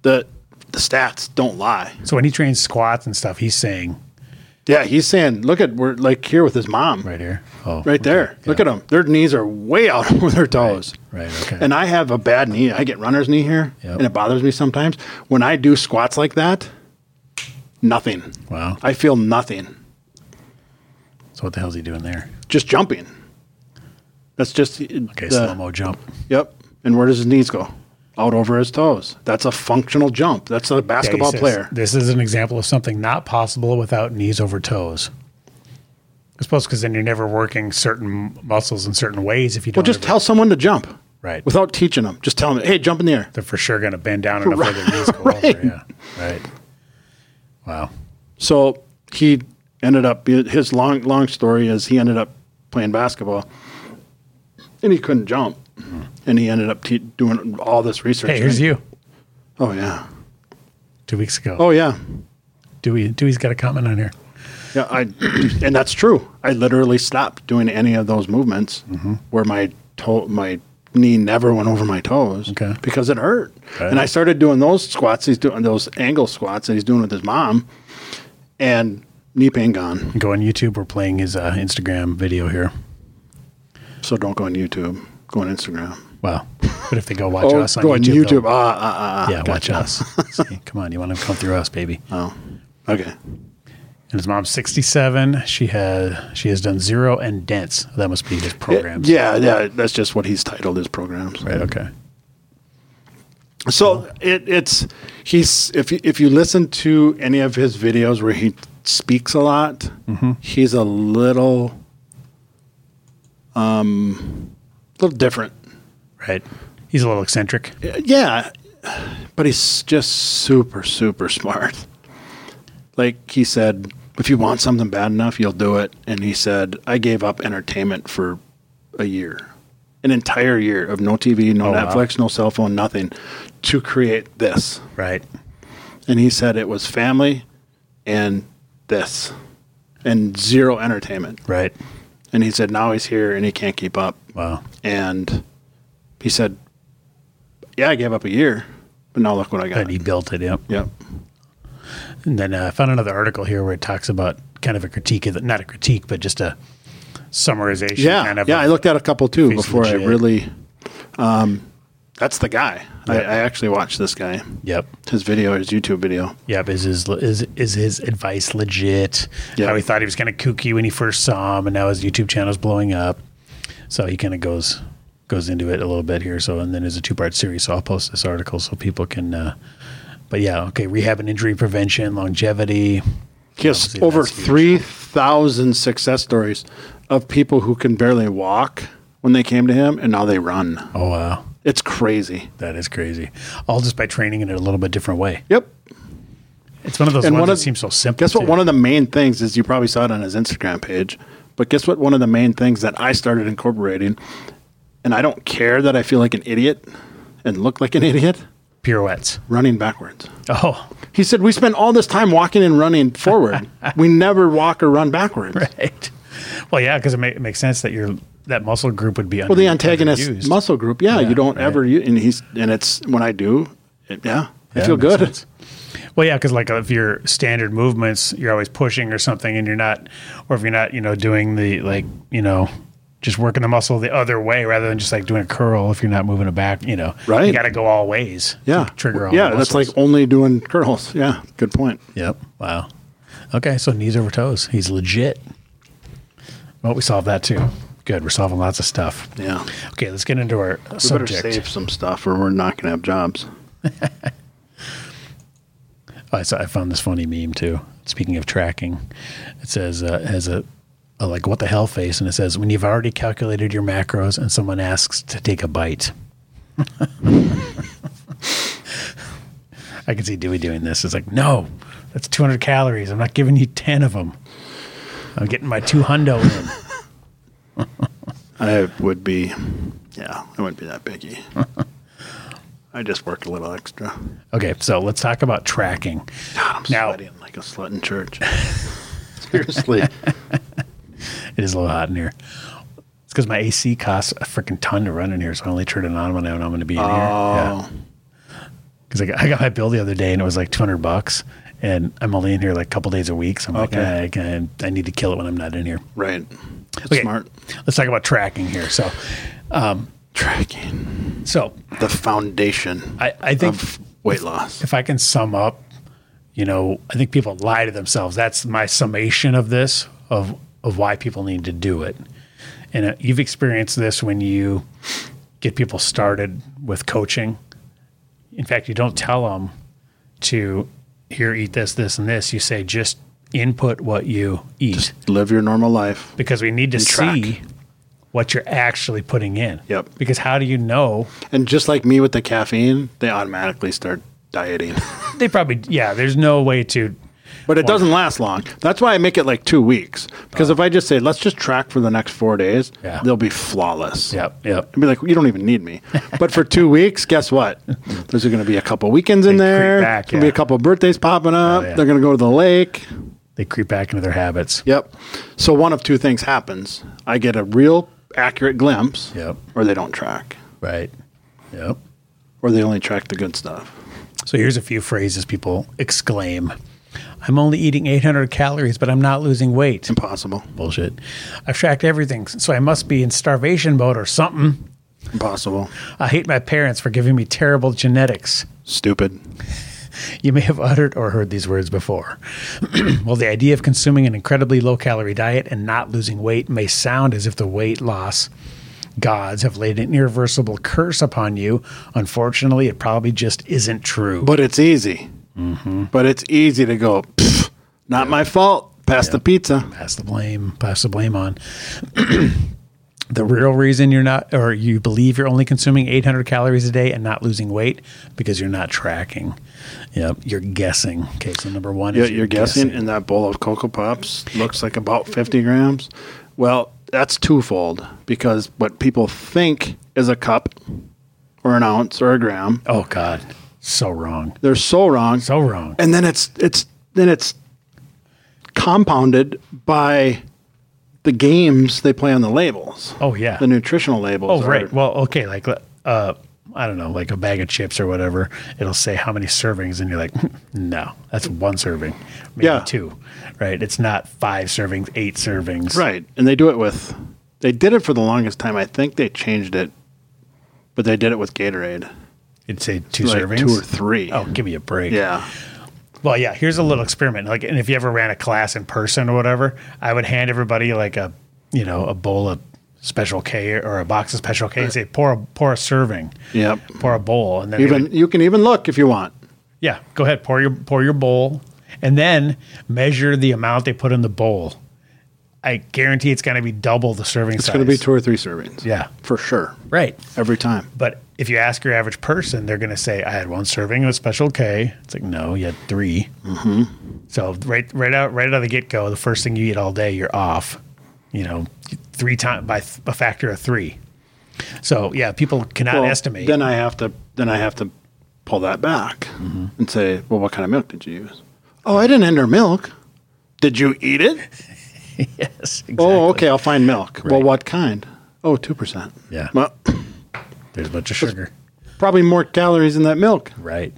the the stats don't lie. So when he trains squats and stuff, he's saying Yeah, he's saying, look at we're like here with his mom right, right here. Oh, there. Look at them. Their knees are way out over their toes. Right. Okay. And I have a bad knee. I get runner's knee here, Yep. and it bothers me sometimes. When I do squats like that, nothing. wow. I feel nothing. so what the hell's he doing there? just jumping. That's just Okay. the- Slow mo jump. Yep. And where does his knees go? Out over his toes. That's a functional jump. That's a Yeah, he basketball says, player. This is an example of something not possible without knees over toes. I suppose because then you're never working certain muscles in certain ways if you don't. Well, just ever- tell someone to jump. Right. Without teaching them, just tell them, "Hey, jump in the air." they're for sure going to bend down enough where their knees go Right. over. Yeah. Right. Wow. So he ended up his long long story is he ended up playing basketball, and he couldn't jump, and he ended up te- doing all this research. Hey, here's right? you. Oh yeah. Two weeks ago, Oh yeah. Dewey Dewey's got a comment on here. Yeah, I and that's true. I literally stopped doing any of those movements Mm-hmm. where my toe, my knee never went over my toes Okay. because it hurt. Okay. And I started doing those squats. He's doing those angle squats that he's doing with his mom, and knee pain gone. Go on YouTube. We're playing his uh, Instagram video here. So don't go on YouTube. Go on Instagram. Wow. But if they go watch us on Oh, go on YouTube, YouTube. they'll- Ah, ah, ah, ah. yeah, watch us. See, come on, you want to come through us, baby. Oh, Okay. And his mom's 67. She had she has done zero and dents. That must be his programs. Yeah, yeah. That's just what he's titled his programs. Right. Okay. So it, it's he's if you, if you listen to any of his videos where he speaks a lot, Mm-hmm. he's a little um little different. Right. He's a little eccentric. Yeah, but he's just super super smart. Like he said, if you want something bad enough, you'll do it. And he said, I gave up entertainment for a year, an entire year of no TV, no Oh, wow. Netflix, no cell phone, nothing, to create this. Right. And he said it was family and this and zero entertainment. Right. And he said now he's here and he can't keep up. Wow. And he said, Yeah, I gave up a year, but now look what I got. And he built it. Yep. Yep. And then uh, I found another article here where it talks about kind of a critique of the, not a critique, but just a summarization. Yeah. Kind of yeah. of- I looked at a couple too He's before I legit. really. Um, that's the guy. I, Yeah. I actually watched this guy, Yep. his video, his YouTube video. Yep, is his is is his advice legit? Yeah. How he thought he was kind of kooky when he first saw him, and now his YouTube channel's blowing up. So he kind of goes goes into it a little bit here. So and then there's a two part series. So I'll post this article so people can. Uh, but yeah, okay, rehab and injury prevention, longevity. He has Obviously, over that's huge. 3,000 success stories of people who can barely walk when they came to him and now they run. Oh wow, It's crazy. that is crazy. All just by training in a little bit different way. Yep. It's one of those And ones one that of- seems so simple. Guess what? too. One of the main things is you probably saw it on his Instagram page, but guess what? One of the main things that I started incorporating, and I don't care that I feel like an idiot and look like an idiot, pirouettes. running backwards. Oh, He said, We spend all this time walking and running forward. we never walk or run backwards. right. Well, yeah, because it, ma- it makes sense that your that muscle group would be Well, the antagonist muscle group, yeah, Yeah, you don't right. ever, u- and he's, and it's when I do, it, yeah, I Yeah, feel makes good. sense. Well, yeah, because like if your standard movements, you're always pushing or something, and you're not, or if you're not, you know, doing the like, you know, just working the muscle the other way rather than just like doing a curl. If you're not moving it back, you know, Right. You got to go all ways. to Yeah, trigger all. Yeah, the that's like muscles. only doing curls. Yeah, good point. Yep. Wow. Okay, so knees over toes. He's legit. Well, we solved that too. Good. We're solving lots of stuff. Yeah, we Okay, let's get into our subject. better save some stuff, or we're not gonna have jobs. I saw, I found this funny meme too. Speaking of tracking, it says uh, it has a, a like what the hell face, and it says when you've already calculated your macros and someone asks to take a bite. I can see Dewey doing this. It's like no, that's 200 calories. I'm not giving you 10 of them. I'm getting my two hundo in. I would be, yeah, I wouldn't be that picky. I just worked a little extra. Okay, so let's talk about tracking. God, I'm Now- sweating like a slut in church. Seriously, It is a little hot in here. It's because my AC costs a freaking ton to run in here, so I only turn it on when I know I'm going to be in here. Yeah. oh, Because I, got- I got my bill the other day and it was like 200 bucks. And I'm only in here like a couple days a week. So I'm like, Okay. "Ah, I, can, I need to kill it when I'm not in here. right, That's Okay. smart Let's talk about tracking here. So, tracking so the foundation I, I think of weight loss. if I can sum up, you know, I think people lie to themselves. That's my summation of this of of why people need to do it. And uh, you've experienced this when you get people started with coaching. In fact, you don't tell them to here eat this, this, and this. You say just input what you eat Live your normal life. because we need to track. see what you're actually putting in. Yep. Because how do you know And just like me with the caffeine, they automatically start dieting. they probably yeah there's no way to But it doesn't last long. That's why I make it like two weeks. Because if I just say, let's just track for the next four days, Oh. Yeah. they'll be flawless. Yep, yep. And be like, you don't even need me. But for two weeks, guess what? There's going to be a couple weekends in They creep there. back, There's going to be yeah. Oh, a couple birthdays popping up. yeah. They're going to go to the lake. They creep back into their habits. Yep. So one of two things happens. I get a real accurate glimpse, Yep. or they don't track, Right. Yep. or they only track the good stuff. So here's a few phrases people exclaim. I'm only eating 800 calories, but I'm not losing weight. Impossible. Bullshit. I've tracked everything, so I must be in starvation mode or something. Impossible. I hate my parents for giving me terrible genetics. Stupid. You may have uttered or heard these words before. well, the idea of consuming an incredibly low calorie diet and not losing weight may sound as if the weight loss gods have laid an irreversible curse upon you. Unfortunately, it probably just isn't true. But it's easy. Mm-hmm. But it's easy to go, "Pfft, not my fault. Pass the pizza. pass the blame, pass the blame on. the real reason you're not, or you believe you're only consuming 800 calories a day and not losing weight because you're not tracking. Yep, you're guessing. Okay, so number one Yeah, is you're guessing, and that bowl of Cocoa Pops looks like about 50 grams. Well, that's twofold because what people think is a cup or an ounce or a gram, Oh God, so wrong, they're so wrong. so wrong. and then it's it's then it's compounded by the games they play on the labels. Oh yeah. The nutritional labels. oh are- right. Well, okay. Like, uh, I don't know, like a bag of chips or whatever. It'll say how many servings, and you're like, no, that's one serving, maybe Yeah. two, right? It's not five servings, eight servings, Right. And they do it with they did it for the longest time. I think they changed it, but they did it with Gatorade. It'd say two Like servings, two or three. Oh, give me a break. Yeah. Well, yeah. Here's a little experiment. Like, and if you ever ran a class in person or whatever, I would hand everybody like a, you know, a bowl of special K or a box of special K. And say, pour a pour a serving, Yep. pour a bowl, and then they would- Even you can even look if you want. yeah, go ahead, pour your pour your bowl, and then measure the amount they put in the bowl. I guarantee it's going to be double the serving It's size. going to be two or three servings. Yeah. For sure. right. Every time. But if you ask your average person, they're going to say, "I had one serving of a special K." It's like, no, you had 3 Mm-hmm. So right, right out, right out of the get go, the first thing you eat all day, you're off. You know, three times by th- a factor of three. So yeah, people cannot Well, estimate. Then I have to then I have to pull that back Mm-hmm. and say, well, what kind of milk did you use? Oh, I didn't enter milk. Did you eat it? yes, exactly. Oh, okay. I'll find milk. Well, Right. what kind? Oh, 2%. Yeah. Well, There's a bunch of sugar. probably more calories in that milk. Right.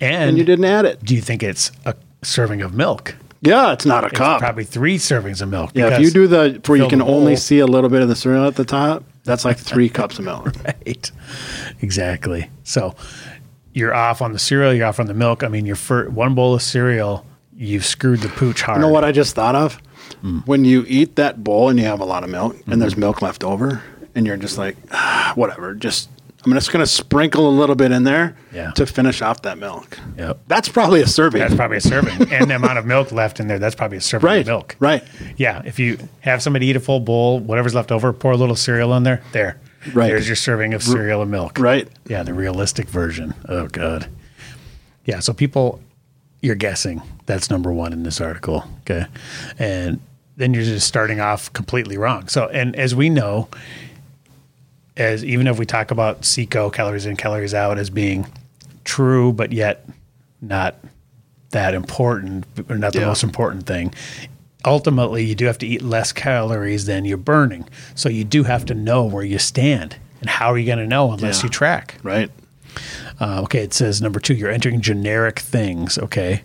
And And you didn't add it. do you think it's a serving of milk? Yeah, it's not a It's cup. probably three servings of milk. yeah, if because- you do the where you fill can the bowl. only see a little bit of the cereal at the top, that's like three cups of milk. Right. Exactly. So you're off on the cereal, you're off on the milk. I mean, your fir- one bowl of cereal, you've screwed the pooch hard. You know what I just thought of? When you eat that bowl and you have a lot of milk and Mm-hmm. there's milk left over, and you're just like, ah, whatever, just I'm just gonna sprinkle a little bit in there Yeah. to finish off that milk. Yep. That's probably a serving. That's probably a serving. and the amount of milk left in there, that's probably a serving right. of milk. Right. Yeah. If you have somebody eat a full bowl, whatever's left over, pour a little cereal in there. There. Right. There's your serving of cereal and milk. Right. Yeah, the realistic version. Oh god. Yeah, so people you're guessing. That's number 1 in this article. Okay. And then you're just starting off completely wrong. So and as we know as even if we talk about seco calories in calories out as being true but yet not that important or not the Yeah. most important thing. Ultimately, you do have to eat less calories than you're burning. So you do have to know where you stand. And how are you going to know unless Yeah. you track? Right. Uh, okay, it says number two, you're entering generic things. Okay.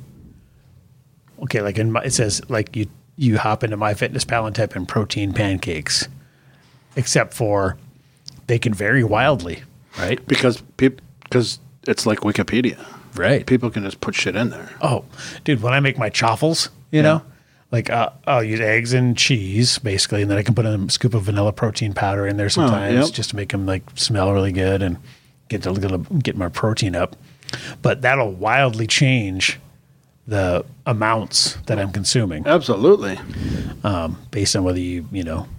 Okay, like in my, it says like you you hop into MyFitnessPal and type in protein pancakes, except for they can vary wildly. Right. Because because it's like Wikipedia. Right. People can just put shit in there. Oh, dude, when I make my chaffles, you know, like uh, I'll use eggs and cheese basically, and then I can put a scoop of vanilla protein powder in there sometimes Oh, yep. just to make them like smell really good and get to get my protein up. But that'll wildly change the amounts that I'm consuming Absolutely. based on whether you you know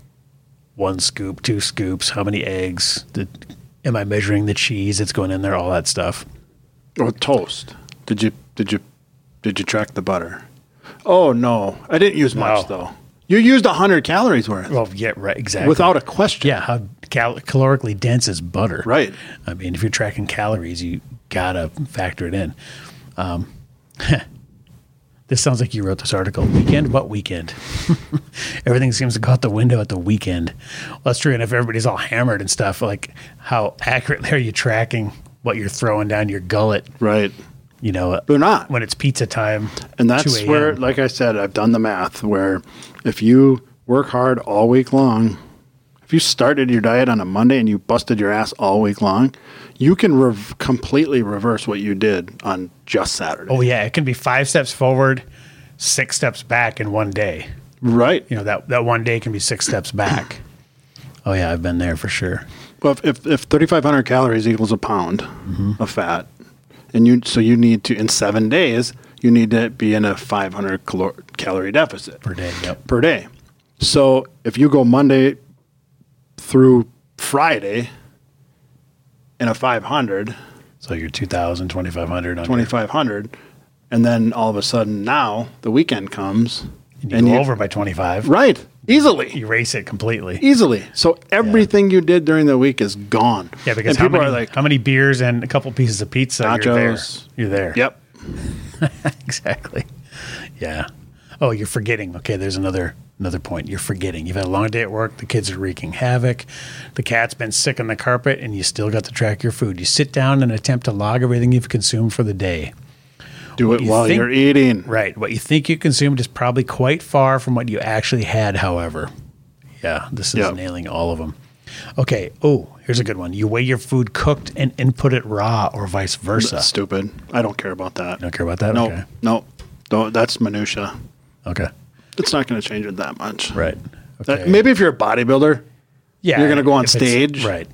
one scoop, two scoops, how many eggs. Did, am I measuring the cheese that's going in there? All that stuff. Or toast. Did you did you did you track the butter? Oh no, I didn't use much No. though. You used hundred calories worth Well, yeah, right, exactly. without a question. yeah, how cal- calorically dense is butter? Right. I mean, if you're tracking calories, you gotta factor it in. Um, this sounds like you wrote this article. Weekend? What weekend? Everything seems to go out the window at the weekend. Well, that's true. And if everybody's all hammered and stuff, like how accurately are you tracking what you're throwing down your gullet? Right. You know, They're not. when it's pizza time, 2 And that's a.m.. where, like I said, I've done the math where if you work hard all week long, if you started your diet on a Monday and you busted your ass all week long, you can rev- completely reverse what you did on just Saturday. Oh yeah, it can be five steps forward, six steps back in one day. right. You know that that one day can be six steps back. Oh yeah, I've been there for sure. Well, if, if, if 3,500 calories equals a pound Mm-hmm. of fat, and you so you need to, in seven days, you need to be in a 500 calor- calorie deficit. Per day, yep. per day. So if you go Monday through Friday in a 500, So you're 2,000, 2,500 on 20, 2500, and then all of a sudden now the weekend comes and you go over by 25. Right. Easily. Erase it completely. Easily. So everything you did during the week is gone. Yeah, because and how people many, are like, how many beers and a couple pieces of pizza? You're there. Nachos. You're there. yep. exactly. Yeah. Oh, you're forgetting. Okay, there's another another point. You're forgetting. You've had a long day at work. The kids are wreaking havoc. The cat's been sick on the carpet, and you still got to track your food. You sit down and attempt to log everything you've consumed for the day. Do it you while think- you're eating. Right. What you think you consumed is probably quite far from what you actually had, however. Yeah, this is Yeah. nailing all of them. Okay. Oh, here's a good one. You weigh your food cooked and input it raw or vice versa. That's stupid. I don't care about that. Don't care about that? No. Okay. No. Don't, that's minutia. Okay. It's not going to change it that much. Right. That- Okay. Uh, maybe if you're a bodybuilder, Yeah, You're gonna go on if it's- stage. right?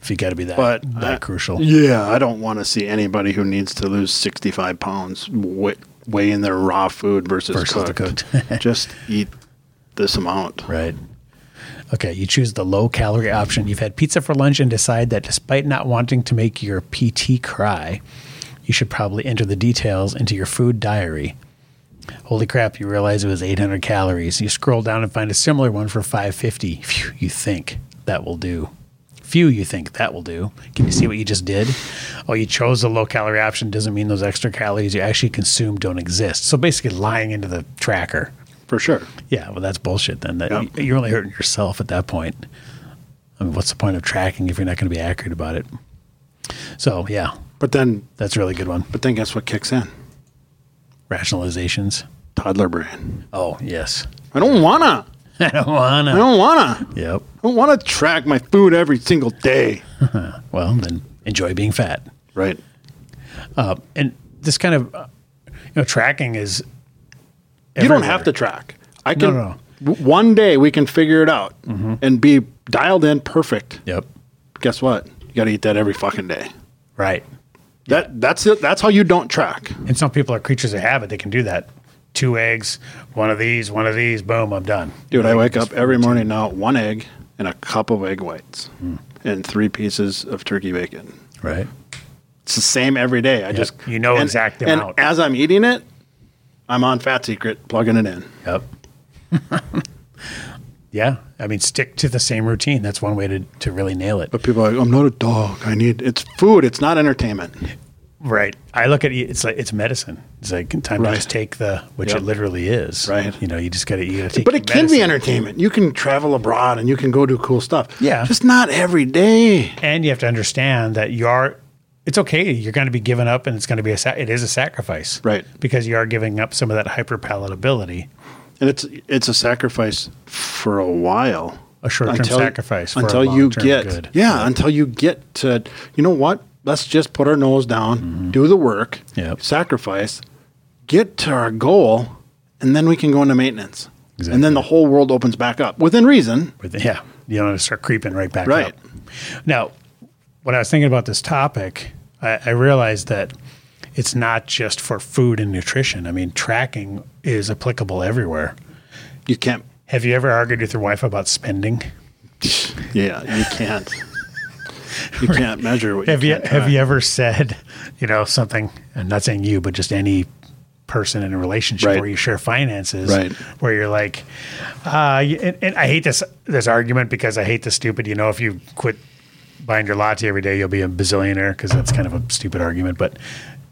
If you got to be that, But, that uh, crucial. Yeah, I don't want to see anybody who needs to lose 65 pounds weigh, weigh in their raw food versus, Versus the cooked. Just eat this amount. Right. Okay, you choose the low calorie option. You've had pizza for lunch and decide that despite not wanting to make your PT cry, you should probably enter the details into your food diary. Holy crap, you realize it was 800 calories. You scroll down and find a similar one for 550. Phew, you think that will do. Phew, you think that will do. Can you see what you just did? Oh, you chose the low calorie option. Doesn't mean those extra calories you actually consumed don't exist. So basically, lying into the tracker. For sure. Yeah, well, that's bullshit. Then that Yep. you're only hurting yourself at that point. I mean, what's the point of tracking if you're not going to be accurate about it? So yeah, But then that's a really good one. but then guess what kicks in? Rationalizations. Toddler brain. Oh yes, I don't want to. I don't I wanna. don't want to. Yep. I don't want to track my food every single day. Well, then enjoy being fat. Right. Uh, and this kind of uh, you know tracking is. You don't have to track. I No, can no, Mm-hmm. w- one day we can figure it out and be dialed in perfect. Yep. Guess what? You got to eat that every fucking day. Right. That that's it. That's how you don't track. And some people are creatures of habit. They can do that. Two eggs, one of these, one of these. Boom, I'm done. Dude, I wake up every morning now one egg Hmm. and a cup of egg whites and three pieces of turkey bacon. Right. It's the same every day. I just you know and, exact and amount. as I'm eating it, I'm on Fat Secret plugging it in. Yep. yeah. I mean, stick to the same routine. That's one way to, to really nail it. But people are like, I'm not a dog. I need it's food. It's not entertainment. Right. I look at it, it's like it's medicine. It's like time Right. to just take the, which Yep. it literally is. Right. You know, you just got to, you got to take But your it can be medicine. entertainment. You can travel abroad and you can go do cool stuff. Yeah. Just not every day. And you have to understand that you are, it's okay. You're going to be given up and it's going to be a, sa- it is a sacrifice. Right. Because you are giving up some of that hyper palatability. And it's it's a sacrifice for a while. A short-term Until- sacrifice for a until you long-term get good. yeah, until you get to you know what? Let's just put our nose down, do the work, Mm-hmm. Yep. sacrifice, get to our goal, and then we can go into maintenance. And Exactly. then the whole world opens back up within reason. But yeah, you know, start creeping right back Right. up. Now, when I was thinking about this topic, I, I realized that it's not just for food and nutrition. I mean, tracking is applicable everywhere. You can't. Have you ever argued with your wife about spending? Yeah, you can't. you can't measure what. Have you can't have track. you ever said, you know, something? I'm not saying you, but just any person in a relationship Right. where you share finances, Right. where you're like, uh, you- and, and I hate this this argument because I hate the stupid. You know, if you quit buying your latte every day, you'll be a bazillionaire because that's kind of a stupid argument, but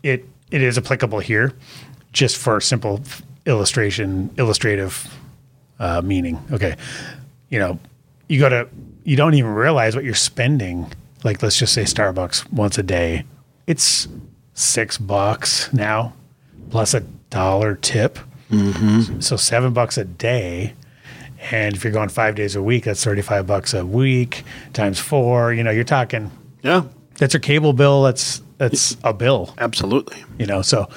it it is applicable here, just for simple illustration, illustrative uh, meaning. Okay, you know, you go to you don't even realize what you're spending. Like let's just say Starbucks once a day, it's six bucks now, plus a dollar tip. So seven bucks a day. And if you're going five days a week, that's 35 bucks a week times four. You know, you're talking, Yeah, that's your cable bill. That's, that's a bill, absolutely. you know? So,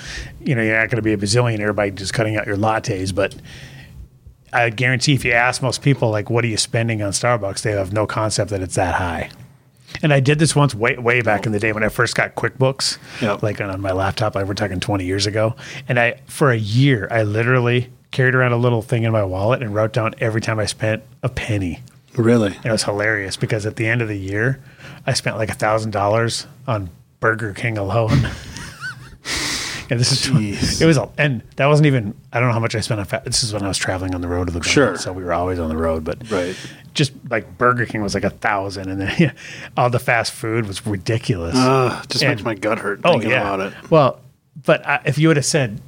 you know, you're not going to be a bazillionaire by just cutting out your lattes, but I guarantee if you ask most people, like, what are you spending on Starbucks? They have no concept that it's that high. And I did this once way, way back in the day when I first got QuickBooks, Yeah. like on, on my laptop. I we're talking 20 years ago. And I, for a year, I literally carried around a little thing in my wallet and wrote down every time I spent a penny. Really? And it was hilarious because at the end of the year, I spent like $1,000 on Burger King alone. and this is, Jeez. it was, a, and that wasn't even, I don't know how much I spent on, fa- this is when I was traveling on the road to the bank, Sure. So we were always on the road, but Right. just like Burger King was like a thousand, and then all the fast food was ridiculous. Uh, just makes And- my gut hurt oh thinking yeah. about it. Well, but I, if you would have said,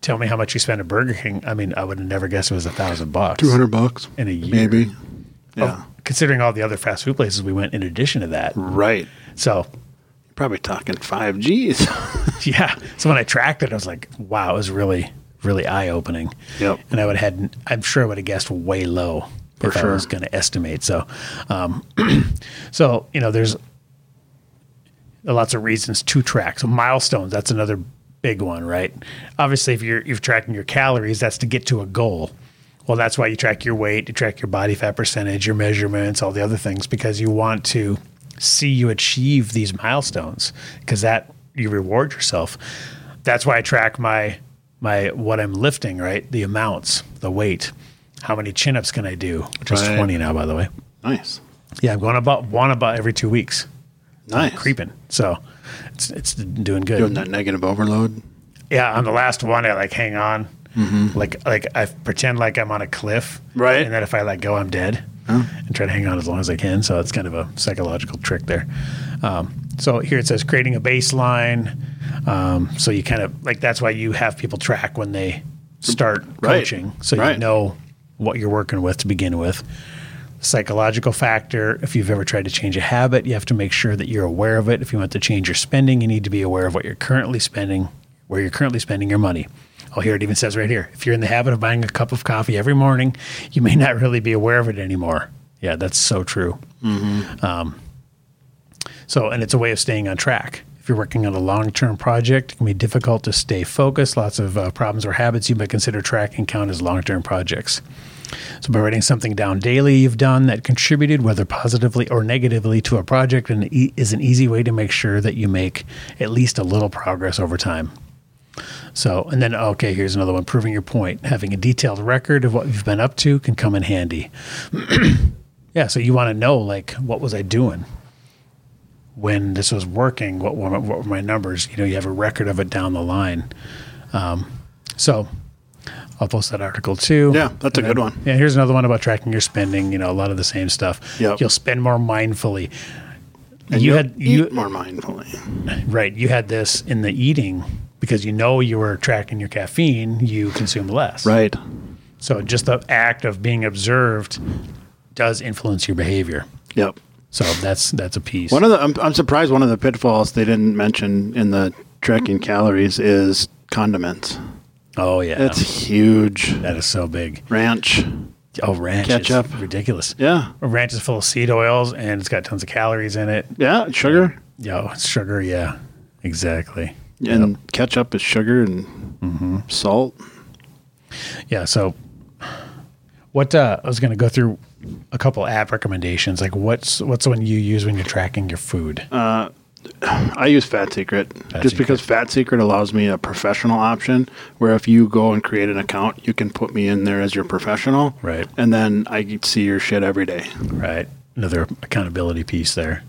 "Tell me how much you spent at Burger King," I mean, I would have never guessed it was a thousand bucks. Two hundred bucks In a year. maybe. Yeah, Oh, Considering all the other fast food places we went, in addition to that, right. so Probably talking five G's. yeah. So when I tracked it, I was like, "Wow, it was really, really eye opening." Yep. And I would have had, I'm sure I would have guessed way low if I sure. was going to estimate. So, um, so you know, there's lots of reasons to track. So milestones, that's another big one, right? Obviously, if you're you're tracking your calories, that's to get to a goal. Well, that's why you track your weight, you track your body fat percentage, your measurements, all the other things, because you want to see you achieve these milestones, because that you reward yourself. That's why I track my my what I'm lifting, right? The amounts, the weight, how many chin ups can I do? Which is Right. twenty now, by the way. nice, Yeah, I'm going about one about every two weeks nice. creeping. So it's it's doing good. Doing that negative overload. Yeah, on the last one, I like hang on, like like I pretend like I'm on a cliff, Mm-hmm. Right. And then if I let go, I'm dead, and try to hang on as long as I can. So it's kind of a psychological trick there. Um, so here it says creating a baseline. Um, so you kind of like that's why you have people track when they start Right. coaching, so Right. you know what you're working with to begin with. Psychological factor. If you've ever tried to change a habit, you have to make sure that you're aware of it. If you want to change your spending, you need to be aware of what you're currently spending, where you're currently spending your money. Oh, here it even says right here. If you're in the habit of buying a cup of coffee every morning, you may not really be aware of it anymore. Yeah, that's so true. So, and it's a way of staying on track. If you're working on a long term project, it can be difficult to stay focused. Lots of uh, problems or habits you might consider tracking count as long term projects. So, by writing something down daily you've done that contributed, whether positively or negatively, to a project and e- is an easy way to make sure that you make at least a little progress over time. So, and then, okay, here's another one proving your point. Having a detailed record of what you've been up to can come in handy. yeah, so you want to know, like, what was I doing? when this was working, what were, what were my numbers? You know, you have a record of it down the line. Um, so I'll post that article too. Yeah, that's a good one. Yeah, here's another one about tracking your spending. You know, a lot of the same stuff. Yep. You'll spend more mindfully. And you you'll had eat you more mindfully. right. You had this in the eating because you know you were tracking your caffeine. You consume less. Right. So just the act of being observed does influence your behavior. Yep. So that's that's a piece. One of the I'm, I'm surprised one of the pitfalls they didn't mention in the tracking calories is condiments. oh yeah, That's huge. that is so big. Ranch. Oh, ranch. Ketchup. Is ridiculous. Yeah. Ranch is full of seed oils and it's got tons of calories in it. Yeah. Sugar. Yo, sugar. Yeah, exactly. And ketchup is sugar and salt. Yeah. So, what uh, I was going to go through a couple app recommendations. Like, what's what's the one you use when you're tracking your food? Uh. I use Fat Secret just because Fat Secret allows me a professional option where if you go and create an account, you can put me in there as your professional. Right. Mm-hmm. And then I get- see your shit every day. right. Another accountability piece there.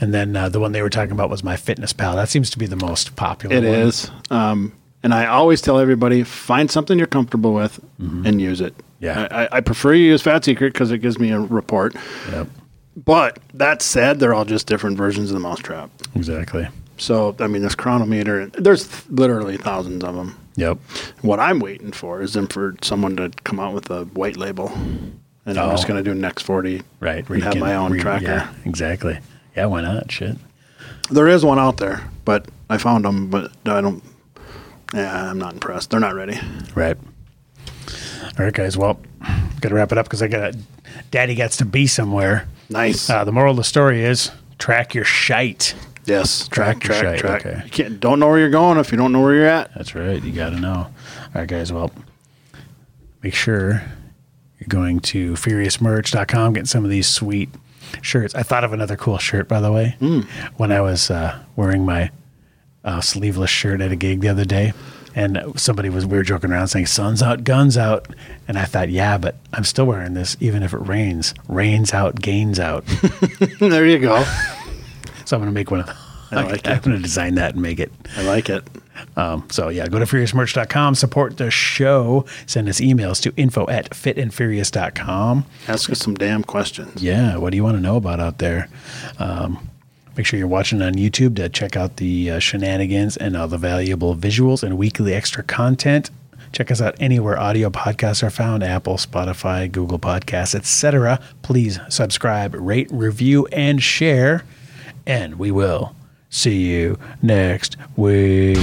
And then uh, the one they were talking about was My Fitness Pal. That seems to be the most popular. It one. is. Um, And I always tell everybody find something you're comfortable with and use it. Yeah. I, I- I prefer you use Fat Secret because it gives me a report. Yep. But that said, they're all just different versions of the mousetrap. Exactly. So, I mean, this chronometer, there's th- literally thousands of them. Yep. What I'm waiting for is then for someone to come out with a white label. And Oh. I'm just going to do Next 40. Right. And have my own tracker. Yeah, exactly. Yeah. Why not? Shit. There is one out there, but I found them, but I don't. Yeah, I'm not impressed. They're not ready. Right. All right, guys. Well, got to wrap it up because I got daddy gets to be somewhere. Nice. Uh, the moral of the story is track your shite. yes. Track, track, shite, track, track. okay. You can't, don't know where you're going if you don't know where you're at. That's right. You got to know. All right, guys. Well, make sure you're going to furiousmerch.com, getting some of these sweet shirts. I thought of another cool shirt, by the way, when I was uh, wearing my uh, sleeveless shirt at a gig the other day. And somebody was, we were joking around saying, sun's out, guns out. And I thought, yeah, but I'm still wearing this, even if it rains. Rains out, gains out. there you go. so I'm going to make one of those. I like I'm it. going to design that and make it. I like it. Um, so yeah, go to furiousmerch.com, support the show, send us emails to info at fitandfurious.com. Ask us some damn questions. Yeah, what do you want to know about out there? Um, make sure you're watching on YouTube to check out the uh, shenanigans and all the valuable visuals and weekly extra content. Check us out anywhere audio podcasts are found: Apple, Spotify, Google Podcasts, etc. Please subscribe, rate, review, and share. And we will see you next week.